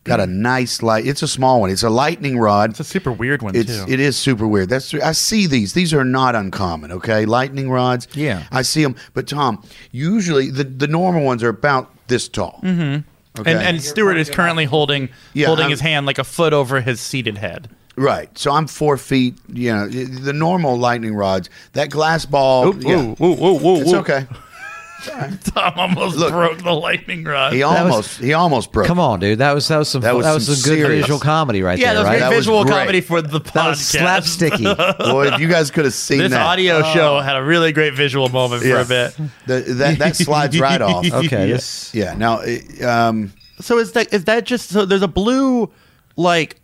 A: got a nice light it's a small one it's a lightning rod
C: Hmm. It's a super weird one
A: It's
C: too.
A: it is super weird. That's I see these. These are not uncommon. Okay, lightning rods.
C: Yeah.
A: I see them. But Tom, usually the the normal ones are about this tall. Mm-hmm. Okay.
C: And and Stewart is currently holding
A: Yeah,
C: holding
A: I'm-
C: his hand like a foot over his seated head.
A: right. So I'm four feet. You know, the normal lightning rods. That glass ball.
C: Ooh,
A: yeah,
C: ooh, ooh, ooh, ooh,
A: it's
C: ooh.
A: okay.
C: Tom almost broke the lightning rod.
A: He
D: was-
A: almost he almost broke.
D: Come on, dude. That was that was some
A: That
D: that
A: was
D: was,
A: some
D: some good
A: serious-
D: visual comedy right
C: yeah,
D: there,
C: that was
D: right?
C: great
A: That was
C: visual
A: great.
C: comedy for the
D: that was
C: podcast. Oh.
D: slapsticky.
A: Boy, if you guys could have seen
C: This
A: that. Oh.
C: audio show had a really great visual moment
A: Yeah.
C: for a bit.
A: The- that that slides right off.
D: Okay,
C: Yeah.
D: this-
A: Yeah. Now, it, um,
C: So is that is that just so there's a blue like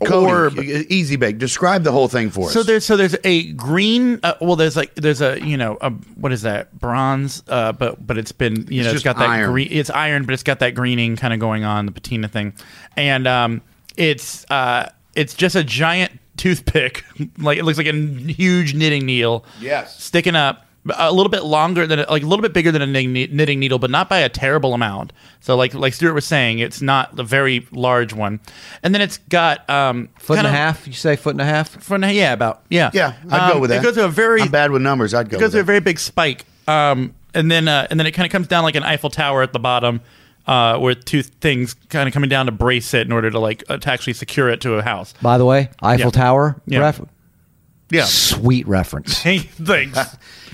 C: orb?
A: Cody, e-, easy bake. Describe the whole thing for us.
C: So there's so there's a green. Uh, well, there's like there's a you know a, what is that bronze? Uh, but but it's been you know
A: just
C: it's got that
A: iron.
C: green. It's iron, but it's got that greening kind of going on the patina thing, and um, it's uh, it's just a giant toothpick. like it looks like a n- huge knitting needle.
A: Yes.
C: sticking up. A little bit longer than, like a little bit bigger than a knitting ne- knitting needle, but not by a terrible amount. So, like like Stuart was saying, it's not a very large one. And then it's got um,
D: Foot and
C: kind
D: a
C: of-
D: half, you say foot and a half?
C: for now, yeah, about yeah,
A: yeah, I'd go
C: Um,
A: with that.
C: It goes to a very
A: I'm bad with numbers. I'd go.
C: it goes
A: with
C: to a
A: that.
C: very big spike, um, and then uh, and then it kind of comes down like an Eiffel Tower at the bottom, uh, where two things kind of coming down to brace it in order to like uh, to actually secure it to a house.
D: By the way, Eiffel
C: Yeah.
D: Tower
C: Yeah.
D: ref-
C: Yeah,
D: sweet reference.
C: Hey, thanks.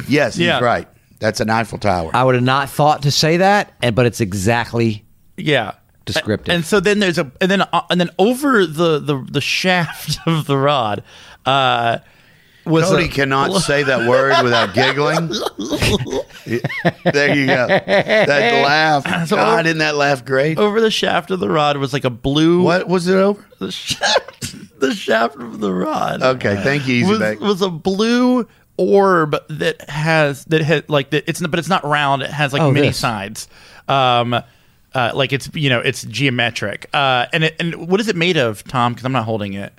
A: Yes,
C: Yeah.
A: he's right. That's an Eiffel Tower.
D: I would have not thought to say that, and but it's exactly
C: yeah.
D: Descriptive.
C: And so then there's a and then uh, and then over the the, the shaft of the rod uh was
A: Cody
C: a-
A: cannot say that word without giggling. there you go. That laugh.
C: So-
A: God, isn't that laugh great?
D: Oh.
C: over the shaft of the rod was like a blue
A: What was it over?
C: the shaft, the shaft of the rod.
A: Okay, thank you, Easy
C: was,
A: Bake.
C: was a blue orb that has that had like that. It's but it's not round. It has like
D: Oh,
C: many
D: this.
C: sides. Um, uh, like it's you know it's geometric. Uh, and it, and what is it made of, Tom? Because I'm not holding it.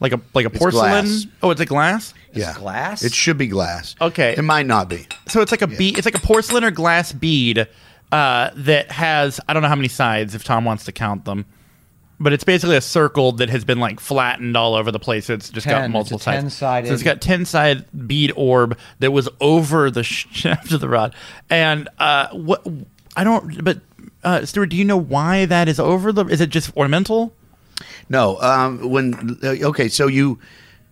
C: Like a like a porcelain.
A: glass.
C: Oh, it's a glass.
A: Yeah.
D: glass?
A: It should be glass.
C: Okay.
A: It might not be.
C: So it's like a bead. It's like a porcelain or glass bead uh, that has I don't know how many sides if Tom wants to count them, but it's basically a circle that has been like flattened all over the place. So it's just
D: Ten.
C: got
D: It's
C: multiple
D: a
C: sides.
D: 10-sided.
C: So it's got ten side bead orb that was over the shaft of the rod, and uh, what I don't. But uh, Stuart, do you know why that is over the? Is it just ornamental?
A: No. Um, when okay, so you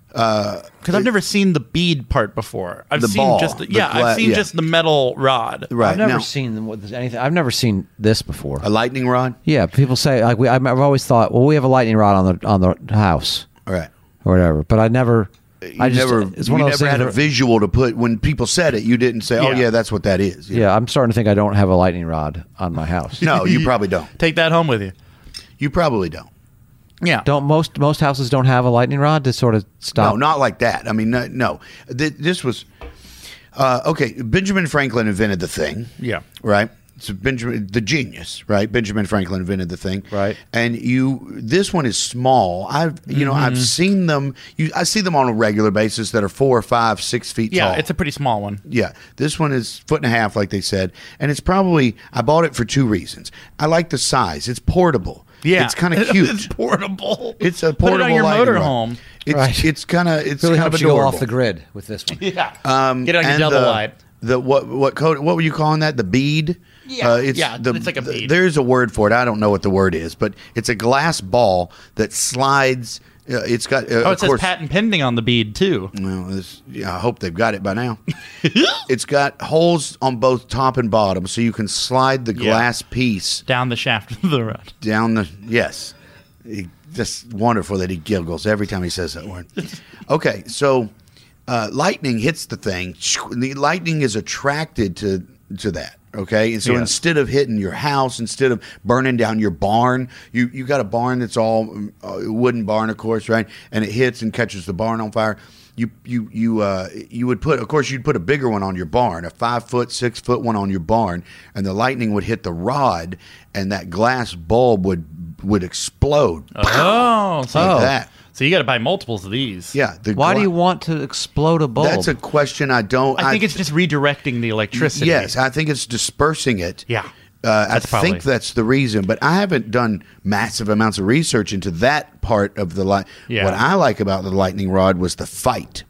C: Because I've never seen the bead part before. I've
A: The
C: seen
A: ball,
C: just the,
A: the
C: yeah.
A: gla-
C: I've seen
A: yeah.
C: just the metal rod.
A: right
D: I've never
A: now
D: seen them with anything. I've never seen this before.
A: a lightning rod.
D: yeah, people say like we. I've I've always thought, well, we have a lightning rod on the on the house
A: All right.
D: or whatever, but I never.
A: You
D: I just-
A: never,
D: it's
A: you
D: one of those
A: never had
D: things
A: a
D: where-
A: visual to put when people said it. You didn't say, "Oh
C: Yeah.
A: yeah, that's what that is."
D: Yeah, I'm starting to think I don't have a lightning rod on my house.
A: No, you probably don't.
C: Take that home with you.
A: You probably don't.
C: Yeah.
D: Don't most most houses don't have a lightning rod to sort of stop?
A: No, not like that. I mean, no. no. Th- this was uh, okay. Benjamin Franklin invented the thing.
C: Yeah.
A: Right. So Benjamin, the genius, right? Benjamin Franklin invented the thing,
D: Right.
A: And you, this one is small. I've, you know,
C: Mm-hmm.
A: I've seen them. You, I see them on a regular basis that are four, five, six feet
C: Yeah,
A: tall.
C: it's a pretty small one.
A: Yeah, this one is foot and a half, like they said, and it's probably I bought it for two reasons. I like the size; it's portable.
C: Yeah,
A: it's kind of cute.
C: it's
A: it's,
C: portable.
A: a portable.
C: Put it on your
A: lighting rod.
C: motorhome.
A: It's
D: Right.
A: it's kind of it's
D: really
A: kind of
D: helps you go
A: adorable.
D: off the grid with this one.
C: Yeah.
A: Um,
C: Get it on your
A: and
C: double
A: the,
C: wide.
A: The what what code? What were you calling that? The bead. Uh,
C: Yeah, yeah, it's like a
A: the-
C: bead.
A: there's a word for it. I don't know what the word is, but it's a glass ball that slides. Uh, it's got. Uh,
C: Oh,
A: of
C: it says
A: course,
C: patent pending on the bead too.
A: Well, this, yeah, I hope they've got it by now. it's got holes on both top and bottom, so you can slide the
C: Yeah.
A: glass piece
C: Down the shaft of the rod.
A: down the. Yes, He- just wonderful that he giggles every time he says that word. Okay, so uh, lightning hits the thing. The lightning is attracted to to that. Okay, and so
C: Yeah.
A: instead of hitting your house, instead of burning down your barn, you you got a barn that's all um, uh, wooden barn, of course, right? And it hits and catches the barn on fire. You you you uh, you would put, of course, you'd put a bigger one on your barn, a five foot, six foot one on your barn, and the lightning would hit the rod, and that glass bulb would would explode.
C: Oh, so,
A: Like that.
C: so you got to buy multiples of these.
A: Yeah. The
D: Why do
A: gla-
D: you want to explode a bulb?
A: That's a question I don't.
C: I think it's just redirecting the electricity.
A: Yes, I think it's dispersing it.
C: Yeah.
A: Uh, I
C: That's probably-
A: think that's the reason, but I haven't done massive amounts of research into that part of the light.
C: Yeah.
A: What I like about the lightning rod was the fight.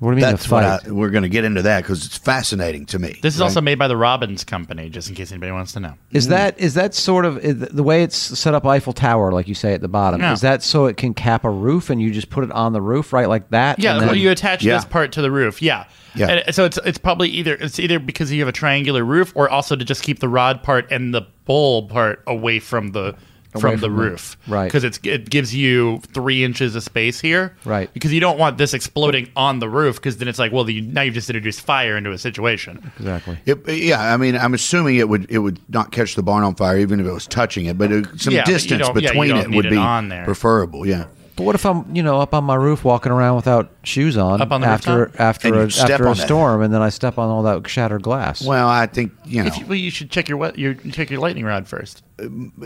D: what do you mean the
A: That's what
D: fight?
A: I, we're going to get into that because it's fascinating to me.
C: This is also made by the Robbins Company, just in case anybody wants to know.
D: Is that is that sort of is the way it's set up Eiffel Tower, like you say at the bottom?
C: Yeah.
D: Is that so it can cap a roof and you just put it on the roof, right, like that?
C: Yeah,
D: and
C: well,
D: then-
C: you attach
A: Yeah.
C: this part to the roof. Yeah,
A: Yeah.
C: And uh, so it's it's probably either it's either because you have a triangular roof, or also to just keep the rod part and the bulb part away from the from the
D: from the-
C: roof,
D: right.
C: Because it's it gives you three inches of space here,
D: Right.
C: Because you don't want this exploding on the roof, because then it's like, well, you, now you've just introduced fire into a situation.
D: exactly.
A: It, yeah, I mean, I'm assuming it would it would not catch the barn on fire even if it was touching it, but it, some
C: Yeah, but you
A: distance
C: don't- yeah, you
A: between
C: don't
A: it
C: need
A: would
C: it
A: be
C: on there.
A: preferable. Yeah,
D: But what if I'm you know up on my roof walking around without shoes on,
C: Up on the
D: after
C: rooftop?
A: And
D: after
A: you
D: a,
A: step
D: after
A: on
D: a
A: that.
D: storm, and then I step on all that shattered glass?
A: Well, I think you know.
C: If you, well, you should check your wet- your check your lightning rod first.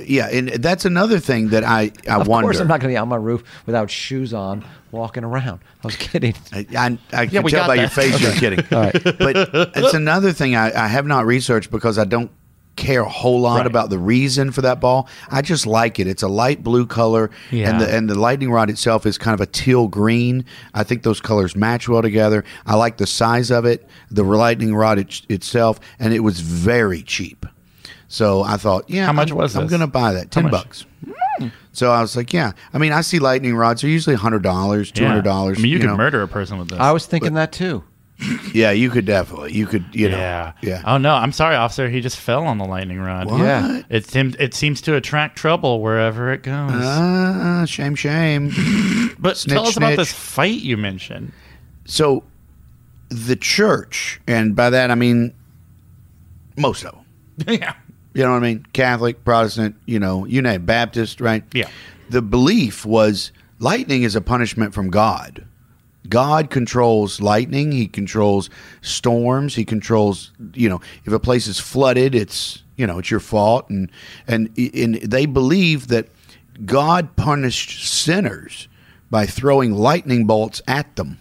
A: yeah, and that's another thing that I I
D: of
A: wonder.
D: course, I'm not going to be on my roof without shoes on walking around. I was kidding.
A: I, I, I can
C: we
A: tell
C: got
A: by
C: that.
A: your face you're kidding. But it's another thing I, I have not researched because I don't care a whole lot
C: Right.
A: about the reason for that ball. I just like it. It's a light blue color,
C: Yeah.
A: and the and the lightning rod itself is kind of a teal green. I think those colors match well together. I like the size of it, the lightning rod it, itself, and it was very cheap. So I thought, yeah,
C: How much
A: I'm,
C: was
A: I'm
C: this?
A: gonna buy that. Ten
C: much?
A: bucks. So I was like, yeah. I mean, I see lightning rods are usually hundred dollars, two hundred dollars.
C: Yeah. I mean, you, could
A: know.
C: murder a person with this.
D: I was thinking that too.
A: Yeah, you could definitely. You could, you know.
C: yeah. Uh,
A: Yeah.
C: Oh no, I'm sorry, officer. He just fell on the lightning rod.
A: What?
D: Yeah.
C: It seems it seems to attract trouble wherever it goes.
A: Ah, shame, shame.
C: but
A: snitch,
C: tell us about this
A: snitch.
C: fight you mentioned.
A: so, the church, and by that I mean most of them.
C: yeah.
A: You know what I mean? Catholic, Protestant, you know, you name it, Baptist, right?
C: Yeah.
A: The belief was lightning is a punishment from God. God controls lightning. He controls storms. He controls, you know, if a place is flooded, it's you know it's your fault, and and and they believe that God punished sinners by throwing lightning bolts at them.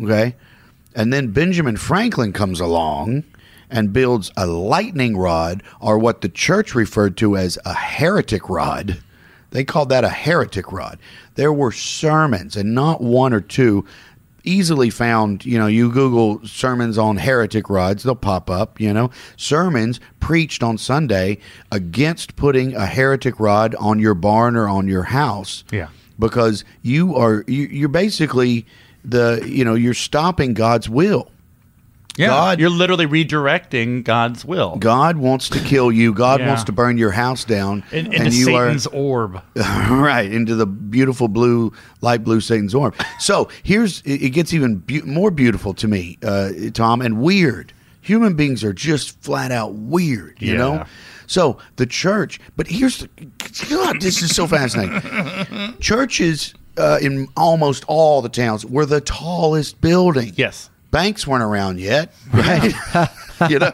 A: Okay. And then Benjamin Franklin comes along and builds a lightning rod, or what the church referred to as a heretic rod. They called that a heretic rod. There were sermons, and not one or two. Easily found, you know, you Google sermons on heretic rods, they'll pop up, you know. Sermons preached on Sunday against putting a heretic rod on your barn or on your house
C: Yeah.
A: because you are you, you're basically the you know you're stopping God's will.
E: Yeah.
A: God
C: You're literally redirecting God's will
A: God wants to kill you. God
C: Yeah.
A: wants to burn your house down,
C: in, into
A: you
C: Satan's orb.
A: are right into the beautiful blue, light blue Satan's orb. So here's it it gets even beau- more beautiful to me, uh, Tom, and weird. Human beings are just flat out weird, you
C: Yeah.
A: know. So the church, but here's the, God, this is so fascinating. Churches uh, in almost all the towns were the tallest building.
C: Yes.
A: banks weren't around yet, right? you know.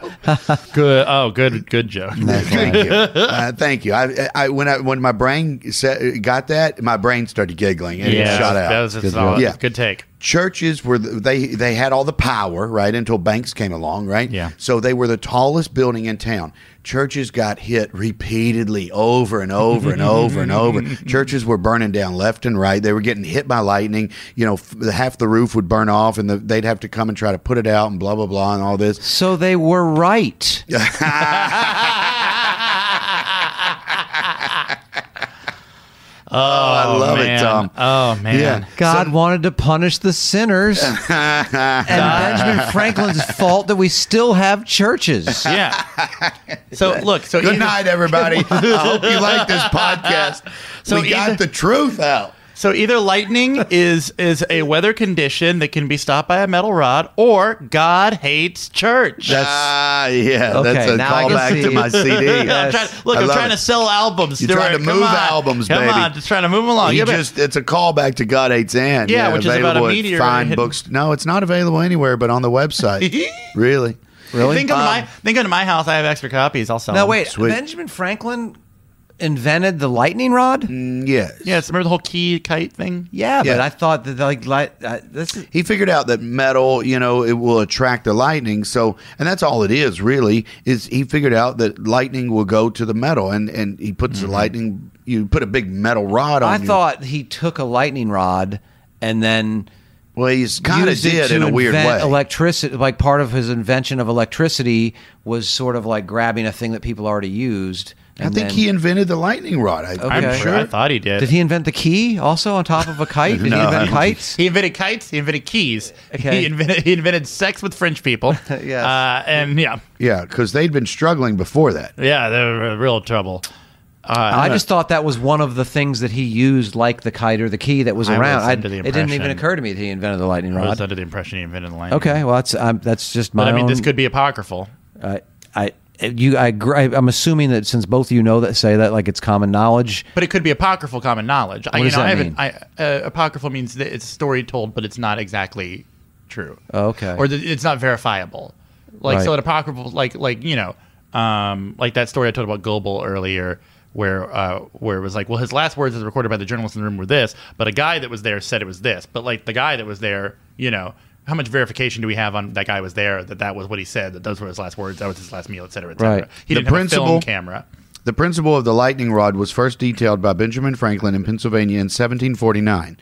C: Good. Oh, good. Good joke.
A: thank you. Uh, thank you. I, I when I when my brain set, got that, my brain started giggling and
C: Yeah,
A: it shot out.
C: That was a
D: Good
C: solid.
A: joke. Yeah.
C: Good take.
A: Churches were the, they they had all the power right until banks came along right.
C: Yeah.
A: So they were the tallest building in town. Churches got hit repeatedly over and over and over and over. Churches were burning down left and right. They were getting hit by lightning. You know, f- half the roof would burn off, and the, they'd have to come and try to put it out, and blah blah blah, and all this.
D: So they were right.
A: Oh, I love
C: man.
A: it, Tom.
C: Oh man.
A: Yeah.
D: God wanted to punish the sinners. and Benjamin Franklin's fault that we still have churches.
C: Yeah. So look. So
A: Good
C: either-
A: night, everybody. I hope you like this podcast.
C: So
A: we got
C: either-
A: the truth out.
C: So either lightning is is a weather condition that can be stopped by a metal rod, or God hates church.
A: Ah, yeah,
D: Okay,
A: that's a
D: now I can
A: callback to
D: see.
A: my CD.
C: Yeah, I'm
D: Yes.
C: trying- look,
A: I
C: I'm
A: love
C: trying
A: it.
C: to sell albums.
A: You're trying
C: Stuart.
A: to
C: Come
A: move
C: on.
A: albums,
C: Come
A: baby.
C: on, just trying to move along.
A: You
C: Yeah, but-
A: just—it's a callback to God Hates Anne.
C: Yeah, which is about a
A: available at
C: meteor
A: Fine
C: hidden-
A: books. No, it's not available anywhere, but on the website. really,
D: Really?
C: Think of my think of my house. I have extra copies. I'll sell.
D: Now
C: them.
D: wait,
A: Sweet.
D: Benjamin Franklin invented the lightning rod?
A: Mm, yeah,
C: Yes, remember the whole key kite thing?
D: Yeah, but
A: Yeah.
D: I thought that like light, uh, this is
A: He figured out that metal, you know, it will attract the lightning. So, and that's all it is really. Is he figured out that lightning will go to the metal, and and he puts the lightning. You put a big metal rod on.
D: Mm-hmm. I
A: your-
D: thought he took a lightning rod and then
A: Well, he's kind of
D: used it
A: did
D: to
A: in a weird way.
D: invent Electricity, like part of his invention of electricity, was sort of like grabbing a thing that people already used.
A: I
D: and
A: think
D: then-
A: he invented the lightning rod. I,
D: I'm
A: I'm
D: Okay.
A: sure.
C: I thought he did.
D: did. He invent the key also on top of a kite. Did
A: No,
D: he
A: I don't
D: invent kites?
C: He invented kites. He invented keys.
D: Okay.
C: He invented he invented sex with French people.
D: Yes.
C: Uh, and yeah,
A: Yeah, because they'd been struggling before that.
C: yeah, they were in real trouble. Uh,
D: I just thought that was one of the things that he used, like the kite or the key that was
C: I was
D: around.
C: under the
D: it didn't even
C: impression-
D: occur to me that he invented the lightning
C: I was
D: rod.
C: under the impression he invented the language.
D: Okay, well that's um, that's just my.
C: But I mean,
D: own,
C: this could be apocryphal.
D: I, I you I gr- I- I'm assuming that since both of you know that say that like it's common knowledge.
C: But it could be apocryphal common knowledge. I, you
D: does
C: know, I
D: that
C: haven't. I, uh, apocryphal means that it's a story told, but it's not exactly true.
D: Okay.
C: Or that it's not verifiable. Like so,
D: Right.
C: an apocryphal, like like you know, um, like that story I told about Goebel earlier, where uh, where it was like, well, his last words as recorded by the journalists in the room were this, but a guy that was there said it was this, but like the guy that was there, you know. How much verification do we have on that guy was there? That that was what he said. That those were his last words. That was his last meal, et cetera, et cetera.
D: Right.
C: He
A: The
C: didn't have a
A: principal-
C: film camera.
A: The principle of the lightning rod was first detailed by Benjamin Franklin in Pennsylvania in 1749,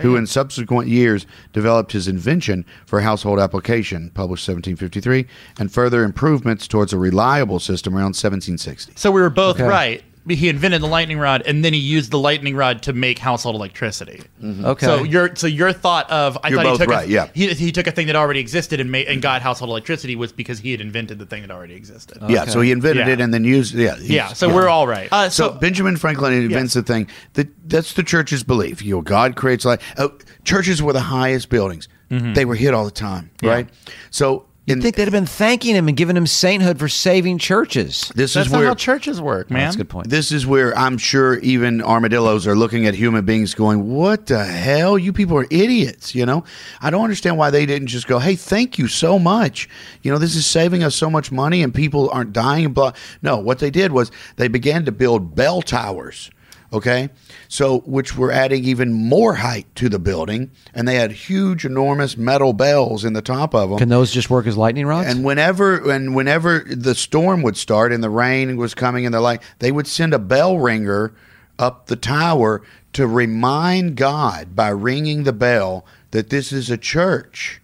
A: who in subsequent years developed his invention for household application, published 1753, and further improvements towards a reliable system around 1760.
C: So we were both
D: Okay.
C: right. He invented the lightning rod, and then he used the lightning rod to make household electricity.
D: Okay.
C: So your so your thought of I
A: You're
C: thought
A: both
C: he took
A: right,
C: a,
A: yeah.
C: he, he took a thing that already existed and made and got household electricity was because he had invented the thing that already existed.
A: Yeah, so he invented
C: Yeah.
A: it and then used yeah. he's-
C: yeah. So we're all right. Uh,
A: So, Benjamin Franklin invents the thing that that's the church's belief. You know, God creates light. Uh, churches were the highest buildings.
C: Mm-hmm.
A: They were hit all the time, right? So in
D: I think they'd have been thanking him and giving him sainthood for saving churches.
A: this
C: that's
A: is
C: not
A: where
C: how churches work, man.
D: That's a good point.
A: This is where I'm sure even armadillos are looking at human beings going, What the hell? You people are idiots. You know, I don't understand why they didn't just go, Hey, thank you so much. You know, this is saving us so much money and people aren't dying. and Blah. No, what they did was they began to build bell towers. Okay. So, which were adding even more height to the building. And they had huge, enormous metal bells in the top of them.
D: Can those just work as lightning rods?
A: And whenever and whenever the storm would start and the rain was coming and the light, they would send a bell ringer up the tower to remind God by ringing the bell that this is a church.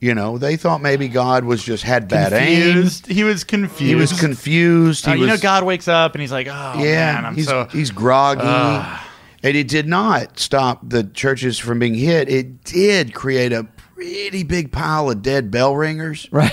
A: You know, they thought maybe God was just had bad aim.
C: confused. He was confused.
A: He was confused. He
C: Uh, you know,
A: was-
C: God wakes up and he's like, "Oh
A: yeah,
C: man, I'm
A: he's,
C: so."
A: he's groggy. and it did not stop the churches from being hit. It did create a pretty big pile of dead bell ringers.
D: Right.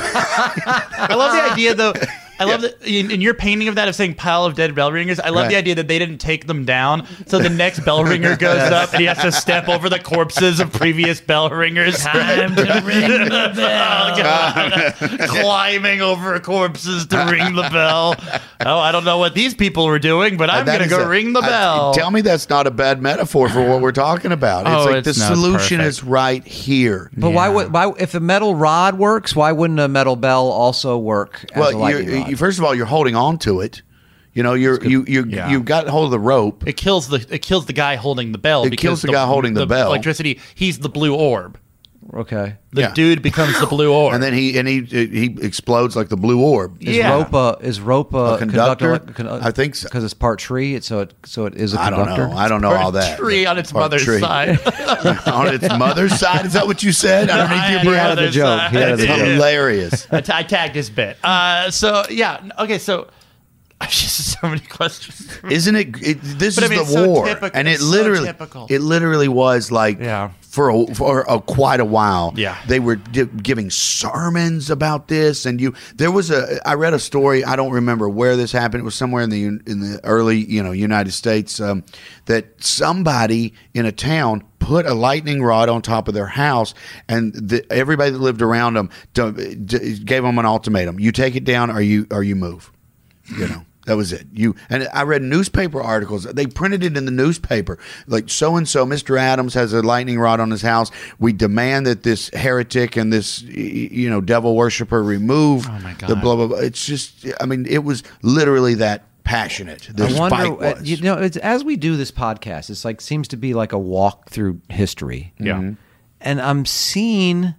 C: I love
A: Uh-huh.
C: the idea though. I love that in, in your painting of that of saying pile of dead bell ringers. I love
A: Right.
C: the idea that they didn't take them down, so the next bell ringer goes up and he has to step over the corpses of previous bell ringers. Time to ring the bell. Climbing over corpses to ring the bell. Oh, I don't know what these people were doing, but I'm
A: Uh, That
C: gonna
A: is
C: go
A: a-
C: ring the
A: I-
C: bell.
A: tell me that's not a bad metaphor for what we're talking about. It's
C: Oh,
A: like
C: it's
A: the
C: not
A: solution
C: perfect.
A: is right here.
D: But why
C: Yeah.
D: would why if a metal rod works, why wouldn't a metal bell also work as a
A: Well,
D: lightning
A: you,
D: rod?
A: you first of all, you're holding on to it. You know, you're you you
C: Yeah.
A: you got hold of the rope.
C: it kills the it kills the guy holding the bell.
A: It
C: because
A: kills the guy holding the bell.
C: Electricity. He's the blue orb.
D: okay.
C: The
A: Yeah.
C: dude becomes the blue orb.
A: and then he and he he explodes like the blue orb.
D: Is
C: Yeah.
D: ropa is ropa
A: A conductor? I think so.
D: because it's part tree. It's so it so it is a
A: I don't
D: conductor.
A: know. I don't know
C: Or a
A: all that.
C: tree on its
A: Or a
C: mother's
A: tree.
C: side.
A: on its mother's side. Is that what you said? I don't
C: I
A: need
C: had
A: you.
C: it
A: bro.
C: on
D: the
C: their
D: joke.
C: side.
D: He had it
A: That's
D: Yeah.
A: hilarious.
C: I, t- I tagged his bit. Uh, so yeah, n- okay. So I've just so many questions.
A: Isn't it? it this
C: But I
A: is
C: mean,
A: the
C: it's so
A: war,
C: typical-
A: and it
C: it's so
A: literally,
C: typical.
A: it literally was like
C: Yeah.
A: for a, for a, quite a while.
C: Yeah.
A: they were di- giving sermons about this, and you there was a. I read a story. I don't remember where this happened. It was somewhere in the un- in the early you know United States um, that somebody in a town put a lightning rod on top of their house, and the, everybody that lived around them d- d- gave them an ultimatum: you take it down, or you or you move you know that was it you and i read newspaper articles they printed it in the newspaper like so and so mr adams has a lightning rod on his house we demand that this heretic and this y- y- you know devil worshiper remove
C: my God.
A: the blah blah blah it's just i mean it was literally that passionate this
D: I wonder,
A: fight
D: uh,
A: was
D: you know, it's, as we do this podcast, it's like seems to be like a walk through history.
C: Yeah.
A: Mm-hmm.
C: Mhm.
D: and I'm seeing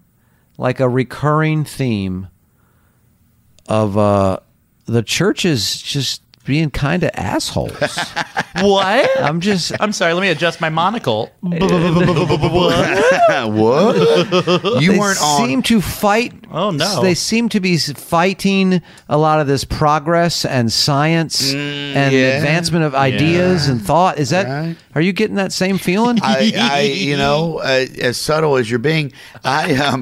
D: like a recurring theme of uh, the churches just being kind of assholes.
C: what? I'm,
D: I'm just,
C: sorry. Let me adjust my monocle.
A: what you
D: they
A: weren't
D: seem
A: on
D: to fight.
C: Oh, no.
D: They seem to be s- fighting a lot of this progress and science and
A: Mm, yeah.
D: advancement of ideas and thought. Is that?
A: Right.
D: Are you getting that same feeling?
A: I, I you know uh, as subtle as you're being i um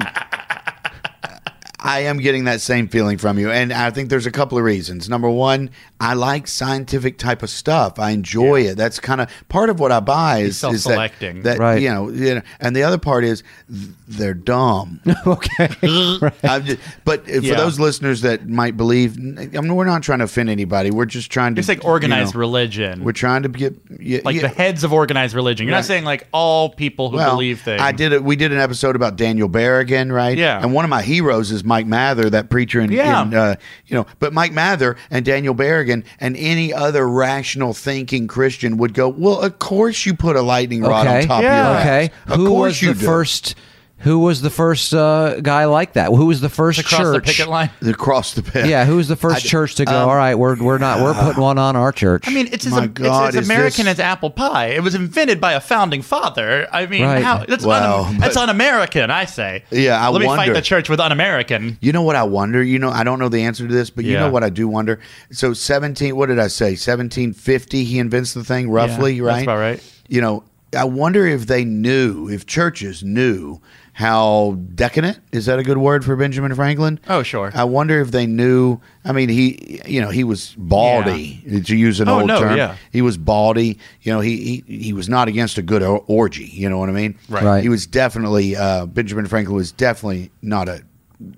A: I am getting that same feeling from you, and I think there's a couple of reasons. Number one, I like scientific type of stuff. I enjoy it. That's kind of part of what I buy is, is that-
C: self-selecting.
A: that,
D: Right.
A: you know, you know. And the other part is th- they're dumb.
D: okay.
A: I'm just- but uh, for
C: Yeah.
A: those listeners that might believe, I mean, we're not trying to offend anybody. We're just trying to
C: It's like organized
A: you know,
C: religion.
A: We're trying to get yeah,
C: like the
A: yeah.
C: heads of organized religion. You're
A: Right.
C: not saying like all people who believe things.
A: I did. A, we did an episode about Daniel Berrigan, right?
C: Yeah.
A: And one of my heroes is Mike Mather, that preacher in,
C: Yeah.
A: in, uh, you know. But Mike Mather and Daniel Berrigan and any other rational thinking Christian would go, well, of course you put a lightning rod on top of your
D: Okay.
A: house. Of
D: who
A: course
D: was
A: you
D: the
A: do.
D: first? Who was the first uh, guy like that? Who was the first
C: across
D: church?
C: the picket line.
A: across the pit.
D: Yeah, who was the first
A: I- um,
D: church to go? All right, we're we're not we're putting one on our church.
C: I mean, it's as,
A: My
C: it's-
A: God,
C: it's,
A: is
C: American
A: this-
C: as apple pie. It was invented by a founding father. I mean,
D: Right.
C: how, that's,
A: Wow,
C: un,
A: but-
C: that's un-American, I say.
A: Yeah, I
C: Let me
A: wonder.
C: fight the church with un-American.
A: You know what I wonder? You know, I don't know the answer to this, but you
C: Yeah.
A: know what I do wonder? So 17, what did I say? 1750, he invents the thing roughly,
C: Yeah,
A: right?
C: that's about right.
A: You know, I wonder if they knew, if churches knew how decadent, is that a good word for Benjamin Franklin?
C: Oh, sure.
A: I wonder if they knew, I mean, he, you know, he was baldy, to use an
C: Oh,
A: old
C: no,
A: term.
C: yeah.
A: He was baldy. You know, he, he, he was not against a good or- orgy, you know what I mean?
C: Right.
D: Right.
A: He was definitely uh, Benjamin Franklin was definitely not a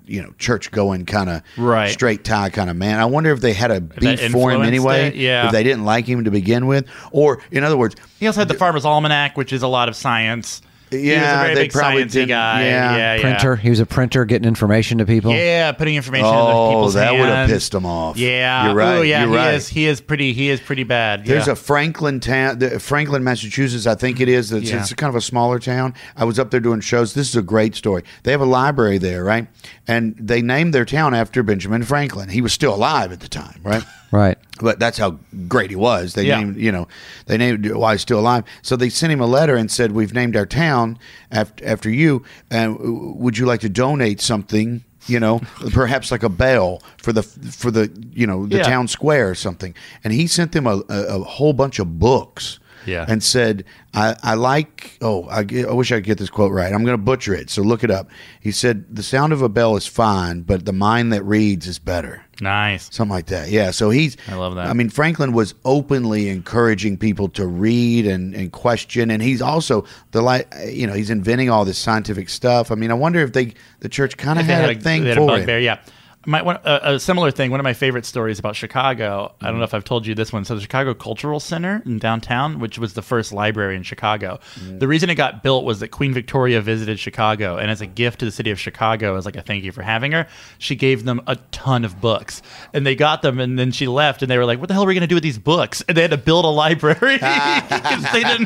A: you know church going kind of
C: Right.
A: straight tie kind of man. I wonder if they had a beef for him
C: influenced
A: anyway.
C: it, yeah.
A: If they didn't like him to begin with, or in other words,
C: He also had the Farmer's Almanac, which is a lot of science. he was a
A: Yeah,
C: very
A: they
C: big
A: probably
C: sciencey
A: didn't-
C: guy.
A: yeah.
C: Yeah, yeah.
D: printer. He was a printer getting information to people.
C: Yeah, putting information in
A: Oh,
C: other people's
A: that
C: hands.
A: would've pissed him off.
C: Yeah,
A: You're right,
C: Ooh, yeah,
A: you're
C: he
A: right.
C: is. He is pretty. He is pretty bad.
A: There's
C: yeah.
A: a Franklin town, the- Franklin, Massachusetts, I think it is. That's,
C: Yeah.
A: It's kind of a smaller town. I was up there doing shows. This is a great story. They have a library there, right? And they named their town after Benjamin Franklin. He was still alive at the time, right?
D: Right.
A: but that's how great he was. They
C: Yeah.
A: named, you know, they named while he's still alive. So they sent him a letter and said, "We've named our town after after you, and would you like to donate something?" You know, perhaps like a bell for the for the you know the
C: Yeah.
A: town square or something. And he sent them a, a, a whole bunch of books.
C: Yeah.
A: and said, I, I like, oh, I, ge- I wish I could get this quote right. I'm going to butcher it, so look it up. He said, The sound of a bell is fine, but the mind that reads is better.
C: Nice.
A: Something like that. Yeah. So he's.
C: I love that.
A: I mean, Franklin was openly encouraging people to read and, and question, and he's also the like, you know, he's inventing all this scientific stuff. I mean, I wonder if they the church kind of
C: They
A: had, a thing
C: they had a
A: for him.
C: bugbear, yeah. My, one, uh, a similar thing, one of my favorite stories about Chicago, I don't
A: Mm-hmm.
C: know if I've told you this one. So, the Chicago Cultural Center in downtown, which was the first library in Chicago,
A: Mm-hmm.
C: the reason it got built was that Queen Victoria visited Chicago. And as a gift to the city of Chicago, as like a thank you for having her, she gave them a ton of books. And they got them, and then she left, and they were like, what the hell are we going to do with these books? And they had to build a library because they didn't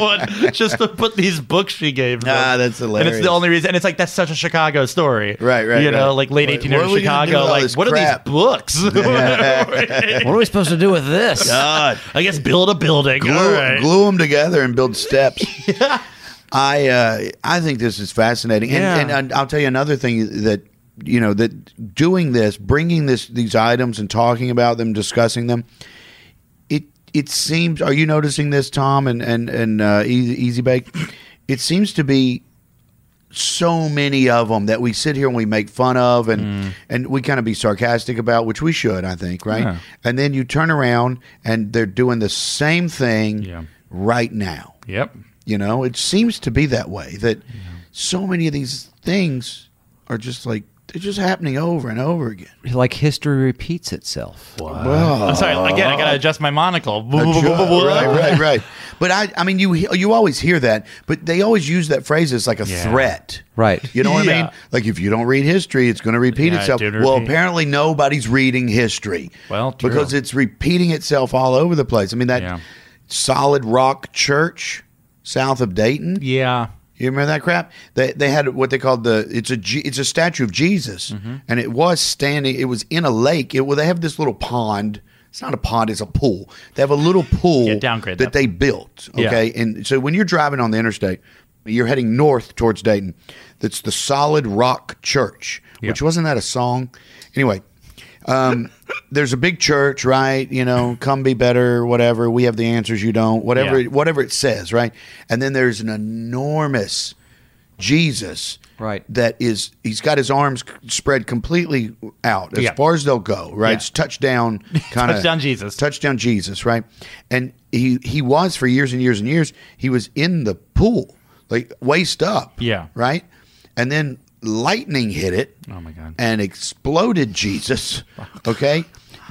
C: one just to put these books she gave them.
A: Ah, that's
C: And it's
A: hilarious.
C: the only reason. And it's like, that's such a Chicago story.
A: Right, right,
C: You know,
A: right.
C: like late
A: Like,
C: 1800s
A: what are we gonna do
C: Chicago.
A: with all
C: Like,
A: this
C: what
A: crap?
C: are these books?
D: What are we supposed to do with this?
C: God, I guess build a building. All
A: glue,
C: right.
A: them together and build steps. I uh, I think this is fascinating, and,
D: Yeah.
A: and, and I'll tell you another thing that you know that doing this, bringing this these items and talking about them, discussing them, it it seems. Are you noticing this, Tom and and and uh, Easy, Easy Bake? It seems to be so many of them that we sit here and we make fun of and
C: Mm.
A: and we kind of be sarcastic about which we should i think right
C: Yeah.
A: and then you turn around and they're doing the same thing
C: Yeah.
A: right now
C: Yep.
A: you know it seems to be that way that so many of these things are just like they're just happening over and over again
D: Like history repeats itself.
A: Wow.
C: I'm sorry. Again, I
A: Uh-huh.
C: got to adjust my monocle.
A: right right right but i i mean you you always hear that but they always use that phrase as like a
C: Yeah.
A: threat
D: Right.
A: You know what I
C: Yeah.
A: mean? Like if you don't read history, it's going to repeat
C: Yeah,
A: itself.
C: it did
A: Well,
C: repeat.
A: apparently nobody's reading history.
C: Well, true.
A: because it's repeating itself all over the place. I mean that
C: Yeah.
A: solid rock church south of Dayton.
C: Yeah.
A: You remember that crap? They they had what they called the it's a G- it's a statue of Jesus,
C: Mm-hmm.
A: and it was standing. It was in a lake. It well they have this little pond. It's not a pond. It's a pool. They have a little pool
C: Yeah, downgrade
A: that
C: that.
A: they built.
C: Yeah.
A: Okay, and so when you're driving on the interstate, you're heading north towards Dayton. That's the Solid Rock Church,
C: Yeah.
A: which wasn't that a song? Anyway, um, there's a big church, right? You know, come be better, whatever. We have the answers, you don't, whatever,
C: Yeah.
A: whatever it says, right? And then there's an enormous Jesus,
D: Right.
A: That is, he's got his arms c- spread completely out as
C: Yeah.
A: far as they'll go, right?
C: Yeah.
A: It's touchdown kind of
C: Touchdown Jesus.
A: touchdown Jesus, right? And he he was for years and years and years. He was in the pool, like waist up,
C: Yeah.
A: right. And then lightning hit it.
C: Oh, my God.
A: And exploded Jesus. Okay.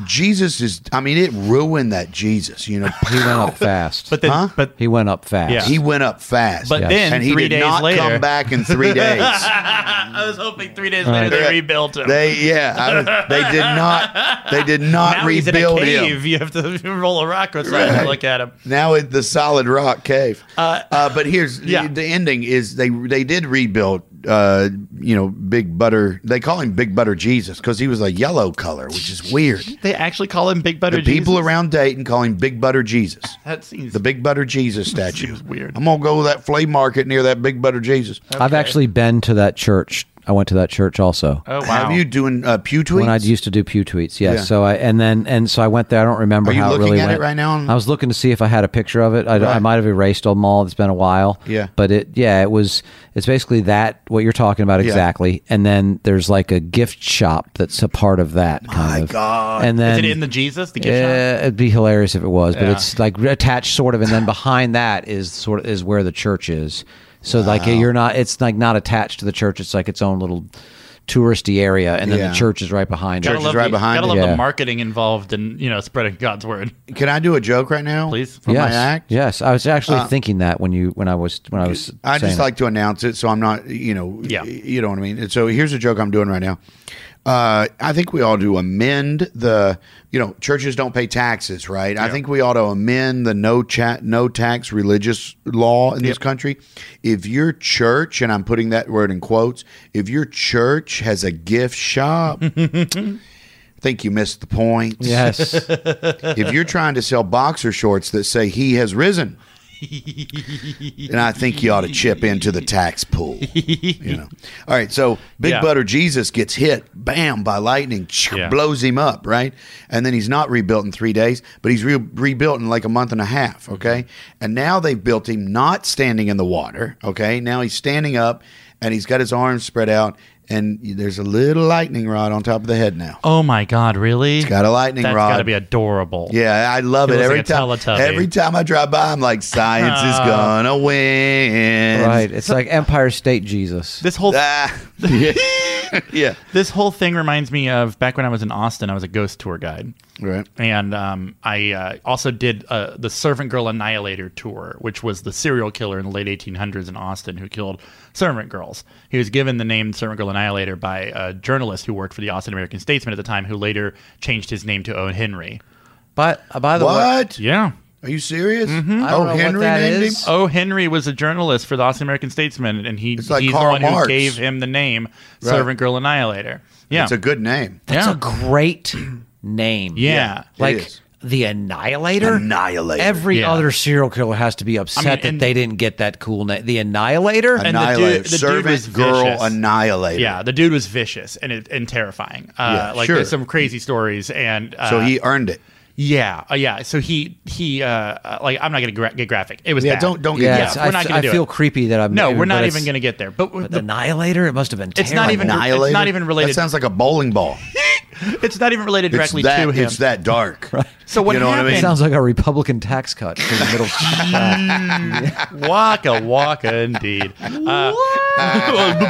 A: Jesus is, I mean, it ruined that Jesus, you know.
D: He went up fast.
C: But then,
A: Huh?
C: but
D: he went up fast.
C: Yeah.
A: He went up fast.
C: But Yes. then
A: and he
C: three
A: did
C: days
A: not
C: later-
A: come back in three days.
C: I was hoping three days later they
A: Yeah.
C: rebuilt him.
A: They yeah, I was, they did not they did not
C: now he's in a
A: rebuild him.
C: cave. You have to roll a rock or something
A: Right.
C: to look at him.
A: Now it's the solid rock cave. Uh, but here's the-
C: yeah.
A: the, ending is they they did rebuild uh, you know Big Butter. They call him Big Butter Jesus because he was a yellow color, which is weird.
C: They actually call him Big Butter
A: The people
C: Jesus?
A: around Dayton call him Big Butter Jesus.
C: That seems
A: The Big Butter Jesus statue.
C: seems weird.
A: I'm gonna go to that flea market near that Big Butter Jesus.
C: Oh,
D: I've actually been to that church. I went to that church also.
C: Oh, wow.
A: Have you doing uh, pew tweets?
D: when I used to do pew tweets. Yeah.
A: Yeah.
D: So I and then and so I went there. I don't remember
A: Are you
D: how it
A: looking
D: really
A: at it
D: went.
A: right now?
D: I was looking to see if I had a picture of it. I, I
A: Right.
D: might have erased them all. It's been a while.
A: Yeah.
D: But it yeah it was it's basically that what you're talking about exactly. And then there's like a gift shop that's a part of that kind of.
A: God.
D: And
C: Is
D: then
C: it in the Jesus? The gift shop?
D: yeah, Eh, it'd be hilarious if it was, but
C: Yeah.
D: it's like attached sort of, and then behind that is sort of is where the church is. So like you're not, it's like not attached to the church. It's like its own little touristy area, and then
A: Yeah.
D: the church is right behind
A: Church
D: it.
A: is right
C: the,
A: behind
C: gotta
A: it.
C: love
D: Yeah.
C: the marketing involved in you know spreading God's word.
A: Can I do a joke right now?
C: Please.
A: From
D: yes,
A: my act?
D: yes. I was actually thinking that when you when I was when I was.
A: I just
D: saying it.
A: like to announce it, so I'm not, you know,
C: Yeah.
A: you know what I mean. And so here's a joke I'm doing right now. Uh, I think we all do amend the, you know, churches don't pay taxes, right? I think we ought to amend the no chat, no tax religious law in this country. If your church, and I'm putting that word in quotes, if your church has a gift shop, I think you missed the point.
D: Yes,
A: if you're trying to sell boxer shorts that say he has risen, and I think you ought to chip into the tax pool. You know. All right, so Big
C: Yeah.
A: Butter Jesus gets hit, bam, by lightning,
C: Yeah.
A: blows him up, right? And then he's not rebuilt in three days, but he's re- rebuilt in like a month and a
C: Mm-hmm.
A: half, okay? And now they've built him not standing in the water, okay? Now he's standing up, and he's got his arms spread out, and there's a little lightning rod on top of the head now.
C: Oh my God! Really?
A: It's got a lightning
C: That's
A: rod.
C: gotta be adorable.
A: Yeah, I love it,
C: It looks
A: every
C: like a
A: time.
C: Teletubby. Ah.
A: Every time I drive by, I'm like, science is gonna win.
D: Right. It's like Empire State Jesus.
C: This whole
A: Ah, yeah. yeah.
C: this whole thing reminds me of back when I was in Austin. I was a ghost tour guide.
A: Right.
C: And um, I uh, also did uh, the Servant Girl Annihilator tour, which was the serial killer in the late 1800s in Austin who killed servant girls. He was given the name Servant Girl Annihilator by a journalist who worked for the Austin American Statesman at the time, who later changed his name to Owen Henry.
D: But uh, by the way,
A: What?
C: Yeah. Mm-hmm. Oh,
A: Are you serious?
D: I don't
A: Oh,
D: know what
A: Henry
D: that
A: named
D: is.
A: him.
C: O. Henry was a journalist for the Austin American Statesman, and he,
A: like
C: he's
A: Karl
C: the one
A: Marx.
C: who gave him the name Servant Girl Annihilator. Yeah.
A: It's a good name.
D: that's
C: yeah.
D: a great name.
C: Yeah.
A: It
D: Like
A: is.
D: the Annihilator.
A: Annihilator.
D: Every
C: Yeah.
D: other serial killer has to be upset that
C: and-
D: they didn't get that cool name. The Annihilator.
C: And the dude-
A: Annihilator.
C: the dude
A: Servant
C: was
A: girl
C: vicious.
A: annihilator.
C: Yeah, the dude was vicious and it, and terrifying. Uh,
A: Yeah,
C: like
A: sure.
C: there's some crazy stories and uh,
A: So he earned it.
C: yeah uh, yeah. So he he uh, uh, like I'm not gonna gra- get graphic. It was
A: Yeah,
C: bad.
A: don't don't
D: yeah,
A: get
D: it's-
A: yeah.
C: we're
D: I,
C: not
D: f-
C: gonna
D: I
C: do
D: feel
C: it.
D: creepy that I'm.
C: no. We're not
D: but it's-
C: even gonna get there. But the,
D: but the Annihilator. It must have been.
C: It's not
D: terrible.
C: even-
A: annihilator.
C: it's not even related-
A: That sounds like a bowling ball.
C: it's not even related
A: It's
C: directly
A: that,
C: to him.
A: It's that dark.
C: So what
A: you know
C: happened?
D: It
A: What I mean?
D: sounds like a Republican tax cut in the middle. of-
C: Mm. Waka waka indeed. Uh,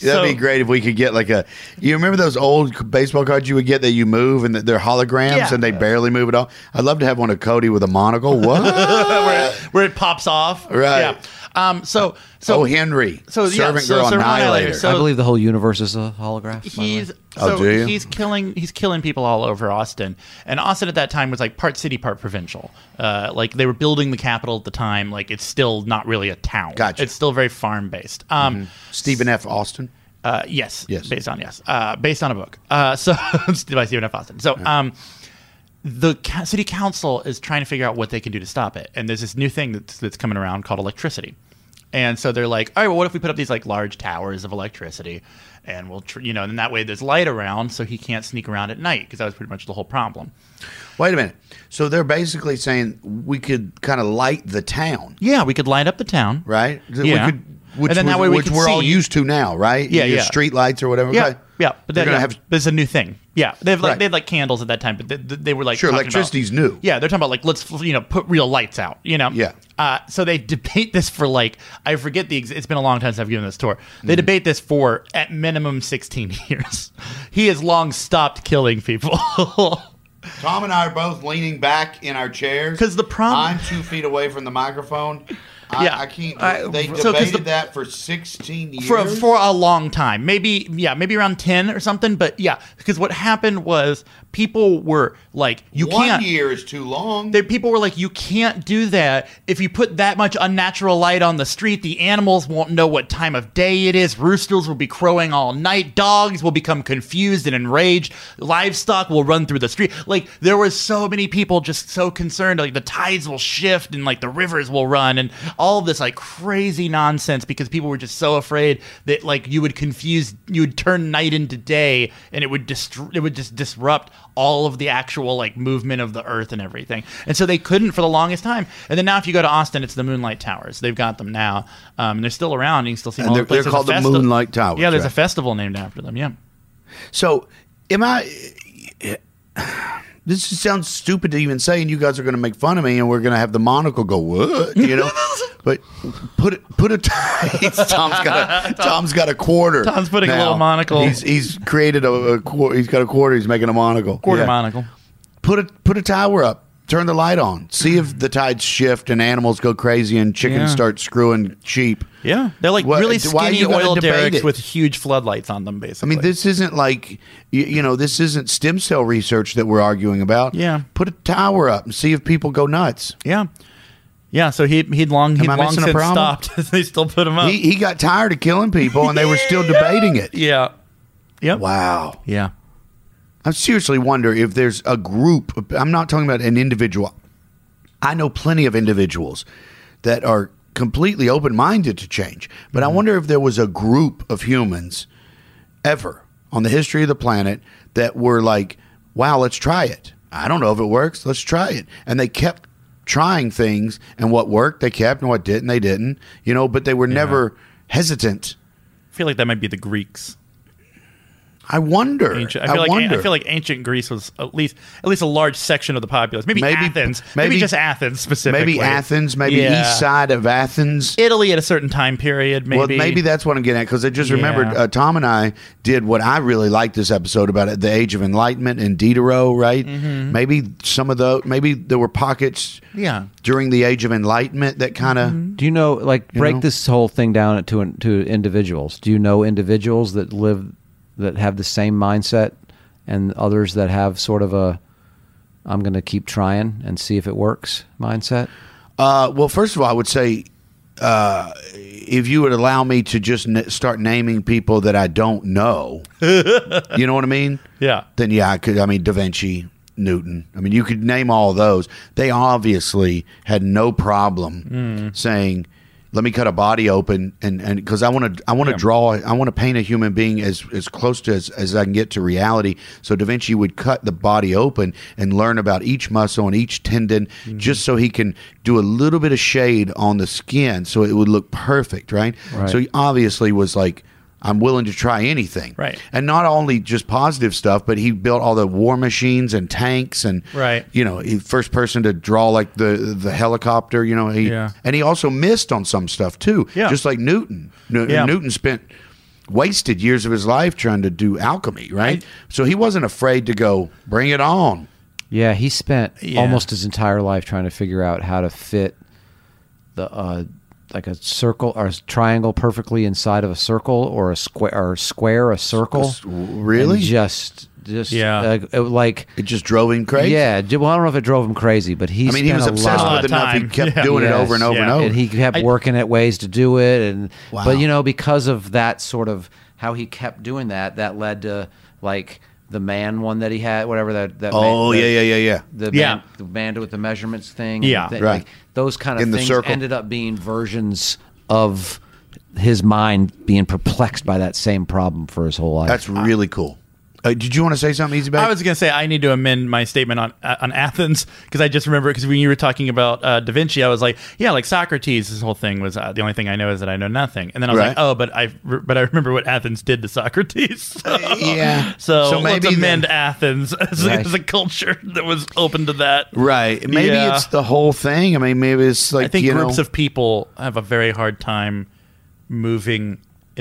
A: That'd be
C: so-
A: great if we could get like a. You remember those old baseball cards you would get that you move and that they're holograms
C: Yeah.
A: and they barely move at all. I'd love to have one of Cody with a monocle. What?
C: where, where it pops off.
A: Right.
C: Yeah. Um. So so
A: oh, Henry.
C: so, yeah,
A: servant
C: so
A: girl
C: Servant
A: annihilator.
C: Annihilator, so-
D: I believe the whole universe is a holograph. by the way.
C: he's
A: Oh,
C: so
A: do you?
C: he's killing he's killing people all over Austin, and Austin at that time was like part city, part provincial. Uh, like they were building the capital at the time. Like it's still not really a town.
A: Gotcha. Mm-hmm.
C: It's still very farm based. Um,
A: Stephen F. Austin.
C: uh, yes.
A: Yes.
C: Based on yes. Uh, based on a book. Uh, so by Stephen F. Austin. So um, the ca- city council is trying to figure out what they can do to stop it, and there's this new thing that's, that's coming around called electricity. And so they're like, all right, well, what if we put up these like large towers of electricity, and we'll, tr- you know, and that way there's light around, so he can't sneak around at night because that was pretty much the whole problem.
A: Wait a minute. So they're basically saying we could kind of light the town,
C: Yeah, we could light up the town,
A: right? That we
C: Yeah.
A: could- which
C: And then that
A: was-
C: way we
A: which
C: could
A: are all
C: see-
A: used to now, right?
C: Yeah,
A: Your
C: yeah.
A: Street lights or whatever.
C: Yeah,
A: Okay.
C: yeah, but
A: they're
C: then
A: gonna
C: yeah,
A: have
C: there's a new thing. Yeah, they have like
A: Right.
C: they had like candles at that time, but they, they- they were like
A: Sure,
C: talking
A: electricity's
C: about-
A: new.
C: Yeah, they're talking about like let's you know put real lights out. You know.
A: Yeah.
C: Uh, so they debate this for like I forget the ex- it's been a long time since I've given this tour. They
A: Mm-hmm.
C: debate this for at minimum 16 years. he has long stopped killing people.
A: Tom and I are both leaning back in our chairs
C: 'Cause the
A: I'm
C: problem-
A: two feet away from the microphone. I,
C: Yeah.
A: I can't.
D: I-
A: they
C: so 'cause
A: debated
C: the-
A: that for 16 years.
C: for for a long time. Maybe yeah, maybe around 10 or something, but yeah, because what happened was people were like you
A: one
C: can't
A: year is too long.
C: there, people were like, "You can't do that. If you put that much unnatural light on the street, the animals won't know what time of day it is. Roosters will be crowing all night. Dogs will become confused and enraged. Livestock will run through the street." Like there were so many people just so concerned. Like the tides will shift and like the rivers will run and all this like crazy nonsense because people were just so afraid that like you would confuse, you would turn night into day, and it would distru- it would just disrupt all of the actual like movement of the earth and everything. And so they couldn't for the longest time. And then now, if you go to Austin, it's the Moonlight Towers. They've got them now. Um, and they're still around. And you can still see them.
A: And
C: all
A: they're-
C: over the place.
A: they're
C: There's a
A: called the Moonlight Towers,
C: Yeah, there's
A: right.
C: a festival named after them. Yeah.
A: So, am I? This just sounds stupid to even say, and you guys are going to make fun of me, and we're going to have the monocle go, what? You know, but put it- put a Tom's got a Tom's got a quarter.
C: Tom's putting a little monocle.
A: He's he's created a, a quarter. He's got a quarter. He's making a monocle.
C: Quarter
A: Yeah.
C: monocle.
A: Put a put a tower up. Turn the light on. See if the tides shift and animals go crazy and chickens
C: Yeah.
A: start screwing sheep.
C: Yeah, they're like
A: Why-
C: really
A: why are
C: skinny
A: you gonna
C: oil
A: debate
C: derricks
A: it?
C: with huge floodlights on them.
A: I
C: Basically,
A: mean, this isn't like you, you know, this isn't stem cell research that we're arguing about.
C: Yeah.
A: put a tower up and see if people go nuts.
C: Yeah, yeah. So he he'd long he'd
A: I
C: long
A: missing a
C: since
A: problem?
C: stopped. they still put him up.
A: He, he got tired of killing people, and they were still debating it.
C: yeah. Yep.
A: Wow,
C: Yeah.
A: I seriously wonder if there's a group. I'm not talking about an individual I know plenty of individuals that are completely open minded to change, but
C: Mm-hmm.
A: I wonder if there was a group of humans ever on the history of the planet that were like, wow, let's try it. I don't know if it works. Let's try it. And they kept trying things, and what worked, they kept, and what didn't, they didn't, you know, but they were never hesitant.
C: I feel like that might be the Greeks.
A: I wonder.
C: Ancient, I
A: I,
C: feel like
A: wonder.
C: I feel like ancient Greece was at least at least a large section of the populace. Maybe,
A: Maybe-
C: Athens. Maybe,
A: maybe-
C: just Athens specifically.
A: maybe Athens, maybe
C: Yeah.
A: east side of Athens.
C: Italy at a certain time period. Maybe.
A: Well, maybe that's what I'm getting at because I just remembered
C: Yeah.
A: uh, Tom and I did what I really liked this episode about it, the Age of Enlightenment and Diderot, right? Maybe some of those, maybe there were pockets
C: Mm-hmm. Yeah. Mm-hmm.
A: during the Age of Enlightenment that kind of.
D: Do you know, like, break
A: know?
D: this whole thing down to to individuals? Do you know individuals that live that have the same mindset, and others that have sort of a "I'm going to keep trying and see if it works" mindset?
A: Uh, well, first of all, I would say uh, if you would allow me to just n- start naming people that I don't know, you know what I mean?
C: Yeah.
A: Then yeah, I could. I mean, Da Vinci, Newton. I mean, you could name all those. They obviously had no problem saying. Let me cut a body open, and and because I want to, I want to draw, I want to paint a human being as as close to as, as I can get to reality. So Da Vinci would cut the body open and learn about each muscle and each tendon, just so he can do a little bit of shade on the skin, so it would look perfect, right?
D: Right.
A: So he obviously was like, I'm willing to try anything,
C: Right.
A: and not only just positive stuff, but he built all the war machines and tanks and
C: Right.
A: You know, he first person to draw like the the helicopter. You know, he
C: Yeah.
A: and he also missed on some stuff too.
C: Yeah.
A: just like Newton. New-
C: Yeah.
A: Newton spent wasted years of his life trying to do alchemy, right? so he wasn't afraid to go bring it on.
D: Yeah, he spent
C: Yeah.
D: almost his entire life trying to figure out how to fit the uh, like a circle or a triangle perfectly inside of a circle or a square or square a circle.
A: S- really?
D: And just just
C: Yeah.
D: uh, it- like
A: It just drove him crazy.
D: yeah. d- Well, I don't know if it drove him crazy, but he
A: I mean, he
D: spent
A: was
D: a
A: obsessed
D: lot
A: with
C: A
A: enough.
C: lot of
A: He kept
C: time.
A: doing it
D: Yes,
A: over and over and
C: yeah.
A: over.
D: and he kept
C: I-
D: working at ways to do it and
A: Wow.
D: but you know because of that sort of how he kept doing that that led to like the man one that he had whatever that that
A: oh
D: man,
A: yeah, yeah, yeah, yeah.
D: the
C: Yeah.
D: man, the band with the measurements thing.
C: Yeah.
D: and thi-
A: Right.
D: like, those kind of
A: In the
D: things
A: circle.
D: ended up being versions of his mind being perplexed by that same problem for his whole life.
A: That's really cool. Uh, did you want to say something, Easy Bag?
C: I was gonna say I need to amend my statement on uh, on Athens because I just remember because when you were talking about uh, Da Vinci, I was like, yeah, like Socrates. This whole thing was uh, the only thing I know is that I know nothing, and then I was like,
A: Right.
C: oh, but I re- but I remember what Athens did to Socrates. So,
A: yeah.
C: so,
A: So
C: let's
A: maybe
C: amend
A: then-
C: Athens as,
D: Right.
C: as a culture that was open to that.
A: Right. Maybe
C: Yeah.
A: it's the whole thing. I mean, maybe it's like
C: I think
A: you
C: groups
A: know,
C: of people have a very hard time moving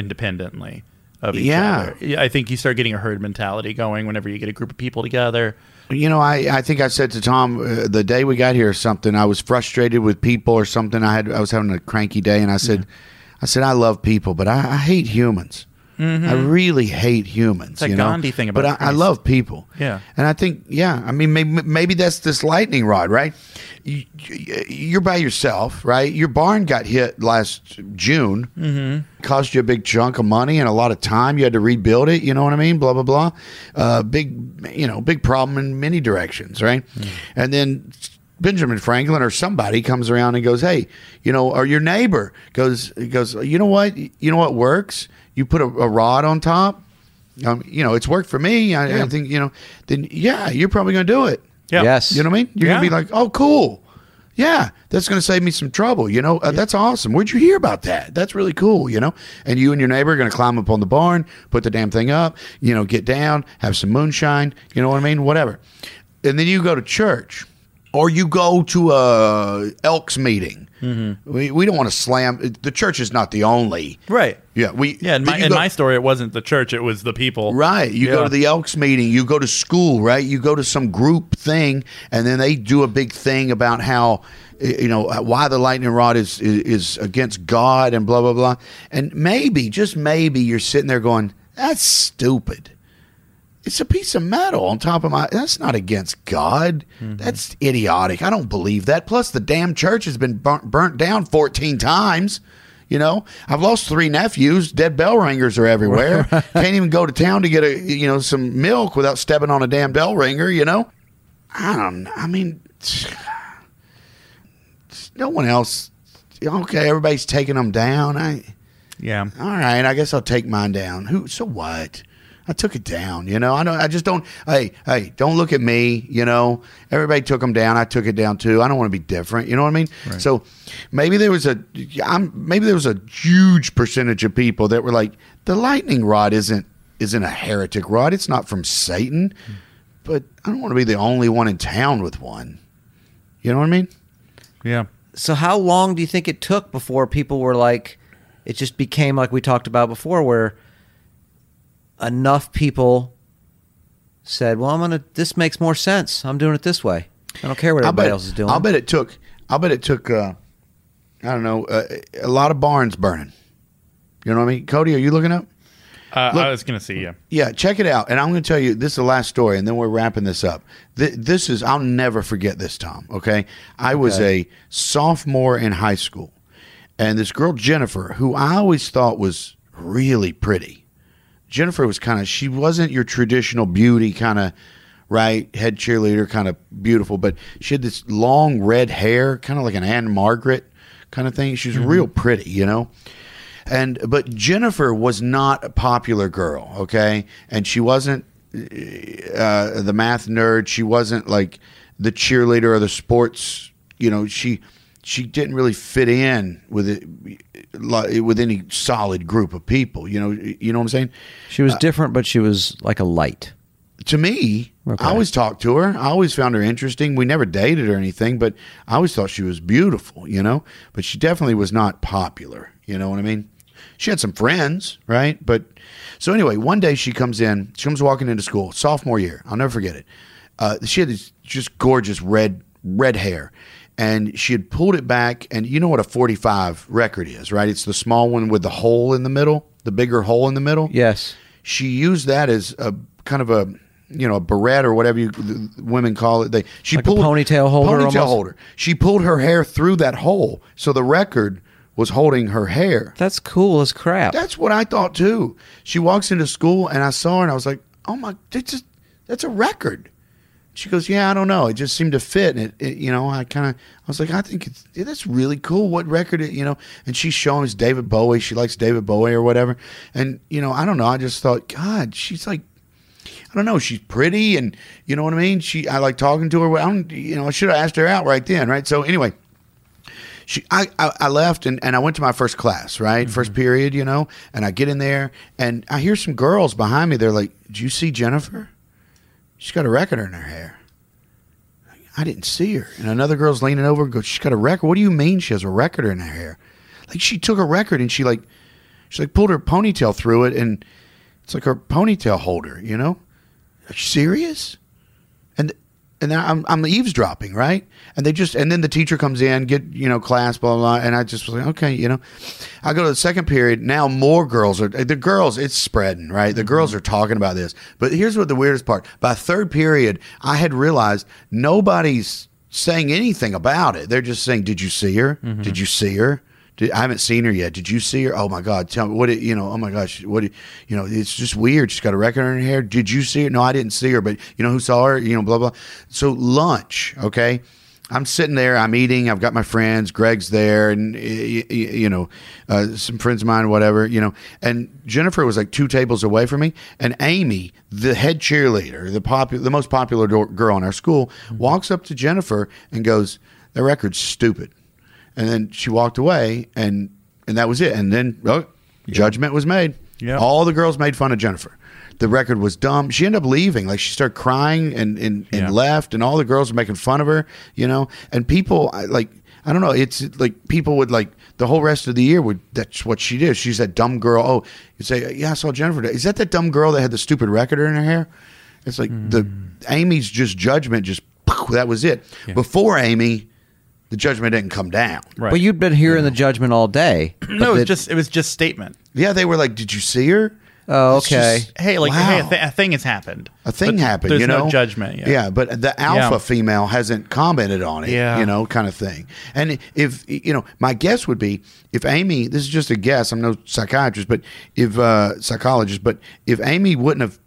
C: independently of each
A: Yeah.
C: other. Yeah, I think you start getting a herd mentality going whenever you get a group of people together.
A: you know. I, I think I said to Tom uh, the day we got here or something. I was frustrated with people or something. I had I was having a cranky day, and I said, I said I love people, but I, I hate humans. I really hate humans.
C: Mm-hmm. that
A: you know?
C: Gandhi thing
A: but
C: about
A: I, I
C: Christ.
A: love people.
C: Yeah.
A: and I think yeah. I mean, maybe, maybe that's this lightning rod, right? You, you- you're by yourself, right? Your barn got hit last June. Mm-hmm. cost you a big chunk of money and a lot of time. You had to rebuild it. You know what I mean? Blah blah blah. Uh, big, you know, big problem in many directions, right? And then Benjamin Franklin or somebody comes around and goes, "Hey, you know," or your neighbor goes goes, "You know what? You know what works? You put a, a rod on top. Um, you know, it's worked for me. I, I think you know. Then yeah, you're probably going to do it.
C: Yeah.
D: Yes.
A: You know what I mean? You're gonna
C: Yeah.
A: be like, oh, cool. Yeah, that's gonna save me some trouble. You know, uh, that's awesome. Where'd you hear about that? That's really cool. You know, and you and your neighbor are gonna climb up on the barn, put the damn thing up. You know, get down, have some moonshine. You know what I mean? Whatever. And then you go to church, or you go to a Elks meeting.
C: Mm-hmm.
A: We, we don't want to slam. The church is not the only
C: Right.
A: Yeah, we
C: Yeah, in
A: but
C: my,
A: you
C: in
A: go-
C: my story, it wasn't the church; it was the people.
A: Right. You
C: Yeah.
A: go to the Elks meeting, you go to school, right? You go to some group thing, and then they do a big thing about how, eh, you know, why the lightning rod is, is, is against God and blah, blah, blah. And maybe, just maybe, you're sitting there going, that's stupid. It's a piece of metal on top of my. That's not against God. That's idiotic. I don't believe that. Plus, the damn church has been burnt, burnt down 14 times. You know, I've lost three nephews. Dead bell ringers are everywhere. Can't even go to town to get a you know some milk without stepping on a damn bell ringer. You know, I don't. I mean, no one else. Okay, everybody's taking them down. I
C: Yeah.
A: all right. I guess I'll take mine down. Who? So what? I took it down. You know. I don't. I just don't. Hey, hey, don't look at me. You know. Everybody took them down. I took it down too. I don't want to be different. You know what I mean? So maybe there was a. I'm maybe there was a huge percentage of people that were like, the lightning rod isn't isn't a heretic rod. It's not from Satan. But I don't want to be the only one in town with one. You know what I mean?
C: Yeah.
D: So how long do you think it took before people were like it just became like we talked about before where enough people said, "Well, I'm going to this makes more sense. I'm doing it this way. I don't care what everybody else is doing."
A: I'll bet it took. I'll bet it took. Uh, I don't know. Uh, a lot of barns burning. You know what I mean, Cody? Are you looking up?
C: Uh,
A: Look-
C: I was gonna see you.
A: Yeah, check it out. And I'm going to tell you, this is the last story, and then we're wrapping this up. Th- this is, I'll never forget this, Tom. Okay. I was a sophomore in high school, and this girl, Jennifer, who I always thought was really pretty. Jennifer was kind of, she wasn't your traditional beauty kind of, right? Head cheerleader, kind of beautiful, but she had this long red hair, kind of like an Anne Margaret kind of thing. She was real pretty, you know? and but Jennifer was not a popular girl, okay, and she wasn't uh, the math nerd. She wasn't like the cheerleader or the sports. You know, she she didn't really fit in with it, li- with any solid group of people. You know, you know what I'm saying?
D: she
A: Uh,
D: was different, but she was like a light.
A: to me,
D: Okay.
A: I always talked to her. I always found her interesting. We never dated or anything, but I always thought she was beautiful, you know? But she definitely was not popular. You know what I mean? She had some friends, right? But so anyway, one day she comes in, she comes walking into school, sophomore year. I'll never forget it. Uh, she had this just gorgeous red, red hair. And she had pulled it back, and you know what a 45 record is, right? It's the small one with the hole in the middle, the bigger hole in the middle
D: Yes.
A: she used that as a kind of a you know a beret or whatever you the women call it. They she
D: Like a
A: pulled
D: ponytail holder
A: Ponytail
D: almost?
A: holder. She pulled her hair through that hole, so the record was holding her hair.
D: That's cool as crap.
A: That's what I thought too. She walks into school and I saw her and I was like, "Oh my, that's just, that's a record." She goes, "Yeah, I don't know. It just seemed to fit." And it, it you know, I kind of, I was like, "I think it's yeah, that's really cool. What record, it, you know?" And she's showing us David Bowie. She likes David Bowie or whatever. And you know, I don't know. I just thought, God, she's like I don't know. She's pretty, and you know what I mean. She, I like talking to her. I don't, you know, I should have asked her out right then, right? So anyway, she, I, I, I left and, and I went to my first class, right, first period, you know, and I get in there and I hear some girls behind me. They're like, "Do you see Jennifer? She's got a record in her hair." I didn't see her, and another girl's leaning over and goes, "She's got a record. What do you mean she has a record in her hair? Like she took a record and she like, she like pulled her ponytail through it, and it's like her ponytail holder, you know." Are you serious? And and then I'm I'm eavesdropping, right? And they just and then the teacher comes in, get you know class, blah blah, blah and I just was like, okay, you know, I go to the second period. Now more girls are the girls. It's spreading, right? The girls are talking about this. But here's what the weirdest part: by third period, I had realized nobody's saying anything about it. They're just saying, "Did you see her? Did you see her?" Did, I haven't seen her yet. Did you see her? Oh my God! Tell me what it, you know. Oh my gosh! What it, you know? It's just weird. She's got a record in her hair. Did you see her? No, I didn't see her. But you know who saw her? You know, blah blah. So lunch, okay. I'm sitting there. I'm eating. I've got my friends. Greg's there, and y- y- y- you know, uh, some friends of mine, whatever. You know, and Jennifer was like two tables away from me, and Amy, the head cheerleader, the popular, the most popular do- girl in our school, walks up to Jennifer and goes, "The record's stupid." and then she walked away and and that was it and then oh, judgment was made
C: Yeah.
A: all the girls made fun of jennifer the record was dumb she ended up leaving like she started crying and and, and
C: Yeah.
A: left and all the girls were making fun of her you know and people I- like i don't know it's like people would like the whole rest of the year would that's what she did she's that dumb girl oh you say yeah i saw jennifer today." is that that dumb girl that had the stupid record in her hair it's like the
C: Hmm.
A: amy's just judgment just that was it before amy the judgment didn't come down
C: Right.
D: But you'd been hearing the judgment all day. but
C: no,
D: that-
C: it's just it was just statement.
A: Yeah, they were like, "Did you see her?"
D: Oh,
A: It's
D: okay.
C: Hey, like
A: wow,
C: hey, a, th- a thing has happened.
A: a thing
C: But
A: happened.
C: There's
A: you know,
C: no judgment. Yeah.
A: yeah, but the alpha
C: Yeah.
A: female hasn't commented on it.
C: Yeah.
A: you know, kind of thing. And if you know, my guess would be if Amy. This is just a guess. I'm no psychiatrist, but if uh, psychologist, but if Amy wouldn't have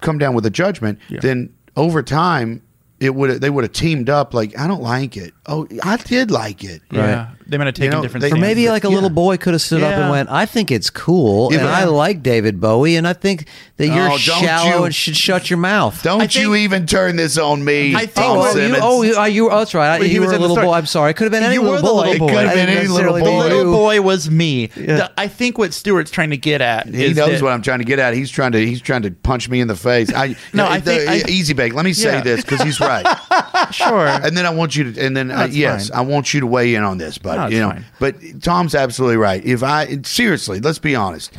A: come down with a judgment, then over time. it would they would have teamed up. Like I don't like it. Oh, I did like it.
C: Yeah, they might have taken
A: know,
C: different.
A: they-
C: They,
A: Or
D: Or maybe like a
A: Yeah.
D: little boy could have stood up
C: Yeah.
D: and went, "I think it's cool,
A: Yeah,
D: and
A: but-
D: I like David Bowie, and I think that you're
A: Oh, don't
D: shallow
A: you-
D: and should shut your mouth."
A: Don't
C: I think-
A: you even turn this on me,
C: I think-
A: Tom
D: oh, you,
A: Simmons?
D: oh, you, oh, you, oh, that's right. I,
C: He
D: you
C: was
D: were a
C: in the
D: little
C: story.
D: boy. I'm sorry. It could have been any
C: You
D: little
C: were the
D: boy.
C: little
A: boy. It could have
D: I
A: been
D: didn't
A: any little
D: necessarily
C: the
A: boy.
D: mean
C: little
D: you.
C: boy was me. The- I think what Stewart's trying to get at
A: He
C: is
A: knows
C: that-
A: what I'm trying to get at. He's trying to he's trying to punch me in the face. I
C: No,
A: the-
C: I think-
A: the-
C: I-
A: easy bake. Let me say
C: Yeah.
A: this because he's right.
C: sure.
A: and then I want you to and then I,
C: it's
A: yes,
C: fine.
A: I want you to weigh in on this,
C: No,
A: but
C: it's
A: you know,
C: fine.
A: but Tom's absolutely right. If I seriously, let's be honest.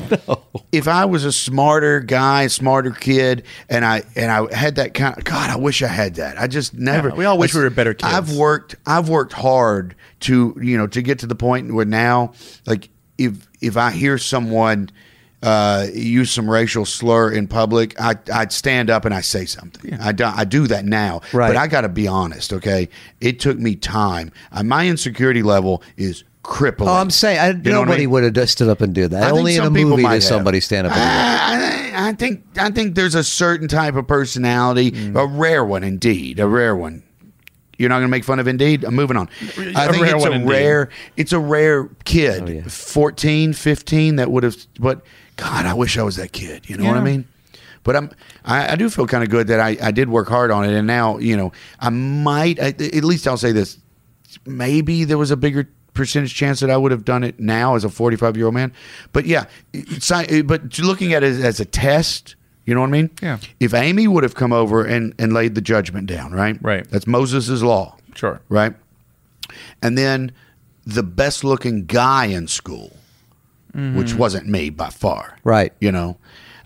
A: If I was a smarter guy, smarter kid, and I and I had that kind of God, I wish I had that. I just never.
C: Yeah, we all wish we were better kids.
A: I've worked. I've worked hard to you know to get to the point where now, like if if I hear someone. Uh, use some racial slur in public. I I'd stand up and I say something. I do, I do that now,
D: Right.
A: But I got to be honest, okay? It took me time. Uh, my insecurity level is crippling.
D: Oh, I'm saying I,
A: know what I
D: nobody
A: mean?
D: would have just stood up and do that.
A: I think
D: Only in a
A: some people
D: movie
A: might
D: does
A: have.
D: somebody stand up. and do
A: I, Ah, I- I think I think there's a certain type of personality,
D: Mm.
A: a rare one indeed, a rare one. You're not going to make fun of indeed. I'm moving on. I
C: A
A: think
C: rare
A: it's
C: one
A: a
C: indeed.
A: rare it's a rare kid,
C: Oh,
D: yeah.
A: 14, 15 that would have but god, I wish I was that kid, you know what I
C: Yeah.
A: mean? But I'm, I, I do feel kind of good that I, I did work hard on it, and now you know I might I, at least I'll say this: maybe there was a bigger percentage chance that I would have done it now as a 45 year old man. But yeah, it's not- but looking at it as a test, you know what I mean?
C: Yeah.
A: If Amy would have come over and, and laid the judgment down, right?
C: Right.
A: That's Moses' law.
C: Sure.
A: Right. And then the best looking guy in school, which wasn't me by far.
D: Mm-hmm. Right.
A: You know,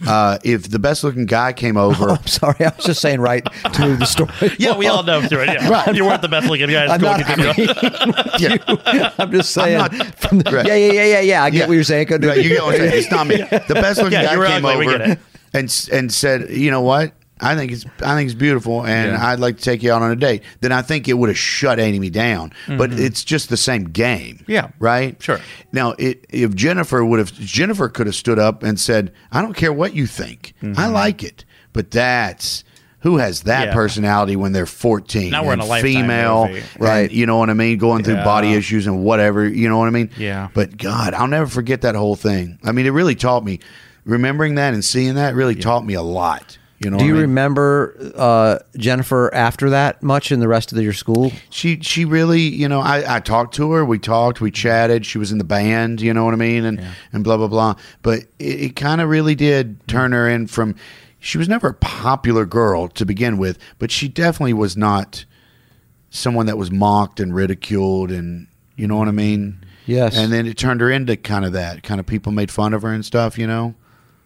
A: uh, if the best looking guy came
D: that.
A: over,
D: I'm sorry. I was just saying right to move the story.
C: Yeah, we all know Stuart. Yeah,
A: Right.
C: you weren't the best looking guy. in
D: I'm
C: school.
D: not.
C: Continue.
D: agreeing with Oh, you. I'm just saying.
A: not-
D: from the-
A: Right.
D: Yeah, yeah, yeah, yeah, yeah. I get
A: Yeah.
D: what you're saying. Couldn't
A: Right, you get what I'm saying. It's not me. The best looking
C: Yeah, you
A: guy
C: were
A: came
C: ugly, we get
A: over
C: it.
A: and s- and said, you know what? I think it's I think it's beautiful, and
C: Yeah.
A: I'd like to take you out on a date. Then I think it would have shut Amy down. But it's just the same game.
C: Mm-hmm. Yeah.
A: Right.
C: Sure.
A: Now, it, if Jennifer would have Jennifer could have stood up and said, I don't care what you think. I like it. But that's. Who has that
C: Mm-hmm. Yeah.
A: personality when they're 14?
C: Now we're in
A: and
C: a Lifetime
A: female,
C: movie.
A: and
D: Right.
A: you know what I mean, going through
C: Yeah.
A: body issues and whatever, you know what I mean?
C: Yeah.
A: But God, I'll never forget that whole thing. I mean, it really taught me. Remembering that and seeing that really taught me a lot. You know,
D: Do
A: what
D: you
A: I mean?
D: remember uh, Jennifer after that much in the rest of your school?
A: She she really, you know, I, I talked to her. We talked,
D: Mm-hmm.
A: we chatted. She was in the band. You know what I mean? And and blah blah blah. But it, it kind of really
D: Mm-hmm.
A: did turn her in from. She was never a popular girl to begin with, but she definitely was not someone that was mocked and ridiculed, and you know what I mean.
D: Yes.
A: And then it turned her into kind of that kind of people made fun of her and stuff. You know.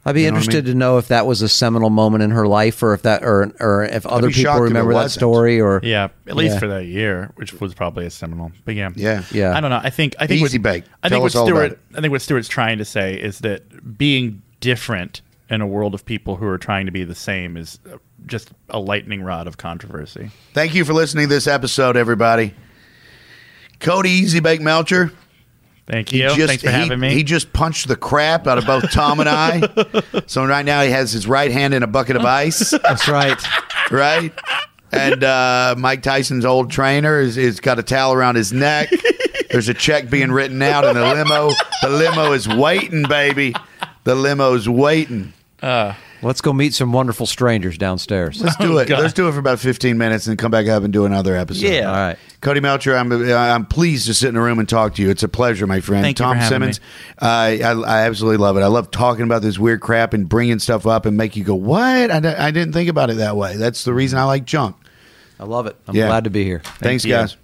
D: I'd be
A: You know what I
D: interested
A: mean?
D: to know if that was a seminal moment in her life, or if that, or or if other
A: be shocked
D: people
A: if it
D: remember that
A: wasn't.
D: story, or
C: Yeah, at least
D: Yeah.
C: for that year, which was probably a seminal. But yeah,
A: Yeah.
D: Yeah.
C: I don't know. I think I think
A: Easy
C: what,
A: bake.
C: I
A: Tell
C: think what
A: us all about
C: Stuart.
A: it.
C: I think what Stuart's trying to say is that being different in a world of people who are trying to be the same is uh, just a lightning rod of controversy.
A: Thank you for listening to this episode, everybody. Cody Easy Bake Melcher.
C: Thank you. Thanks for
A: he,
C: having me.
A: He just punched the crap out of both Tom and I. so right now he has his right hand in a bucket of ice,
D: that's right.
A: right? And uh, Mike Tyson's old trainer is, is got a towel around his neck. There's a check being written out in the limo. The limo is waiting, baby. The limo's waiting.
D: Let's go meet some wonderful strangers downstairs.
A: Let's do it.
C: Oh, God.
A: Let's do it for about 15 minutes and come back up and do another episode.
C: Yeah.
D: All right.
A: Cody Melcher, I'm I'm pleased to sit in a room and talk to you. It's a pleasure, my friend.
C: Thank you
A: Tom
C: for having
A: Simmons, I, I I absolutely love it. I love talking about this weird crap and bringing stuff up and make you go, "What? I, di- I didn't think about it that way." That's the reason I like junk.
D: I love it. I'm
A: Yeah.
D: glad to be here.
A: Thanks,
C: you.
A: guys.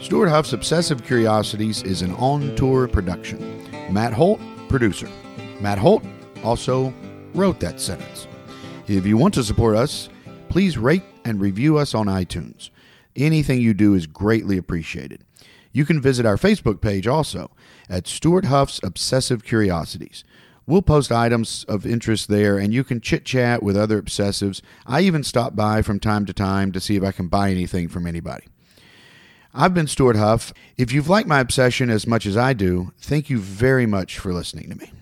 A: Stuart Huff's Obsessive Curiosities is an on tour production. Matt Holt, producer. Matt Holt also wrote that sentence. If you want to support us, please rate and review us on iTunes. Anything you do is greatly appreciated. You can visit our Facebook page also at Stuart Huff's Obsessive Curiosities. We'll post items of interest there and you can chit chat with other obsessives. I even stop by from time to time to see if I can buy anything from anybody. I've been Stuart Huff. If you've liked my obsession as much as I do, thank you very much for listening to me.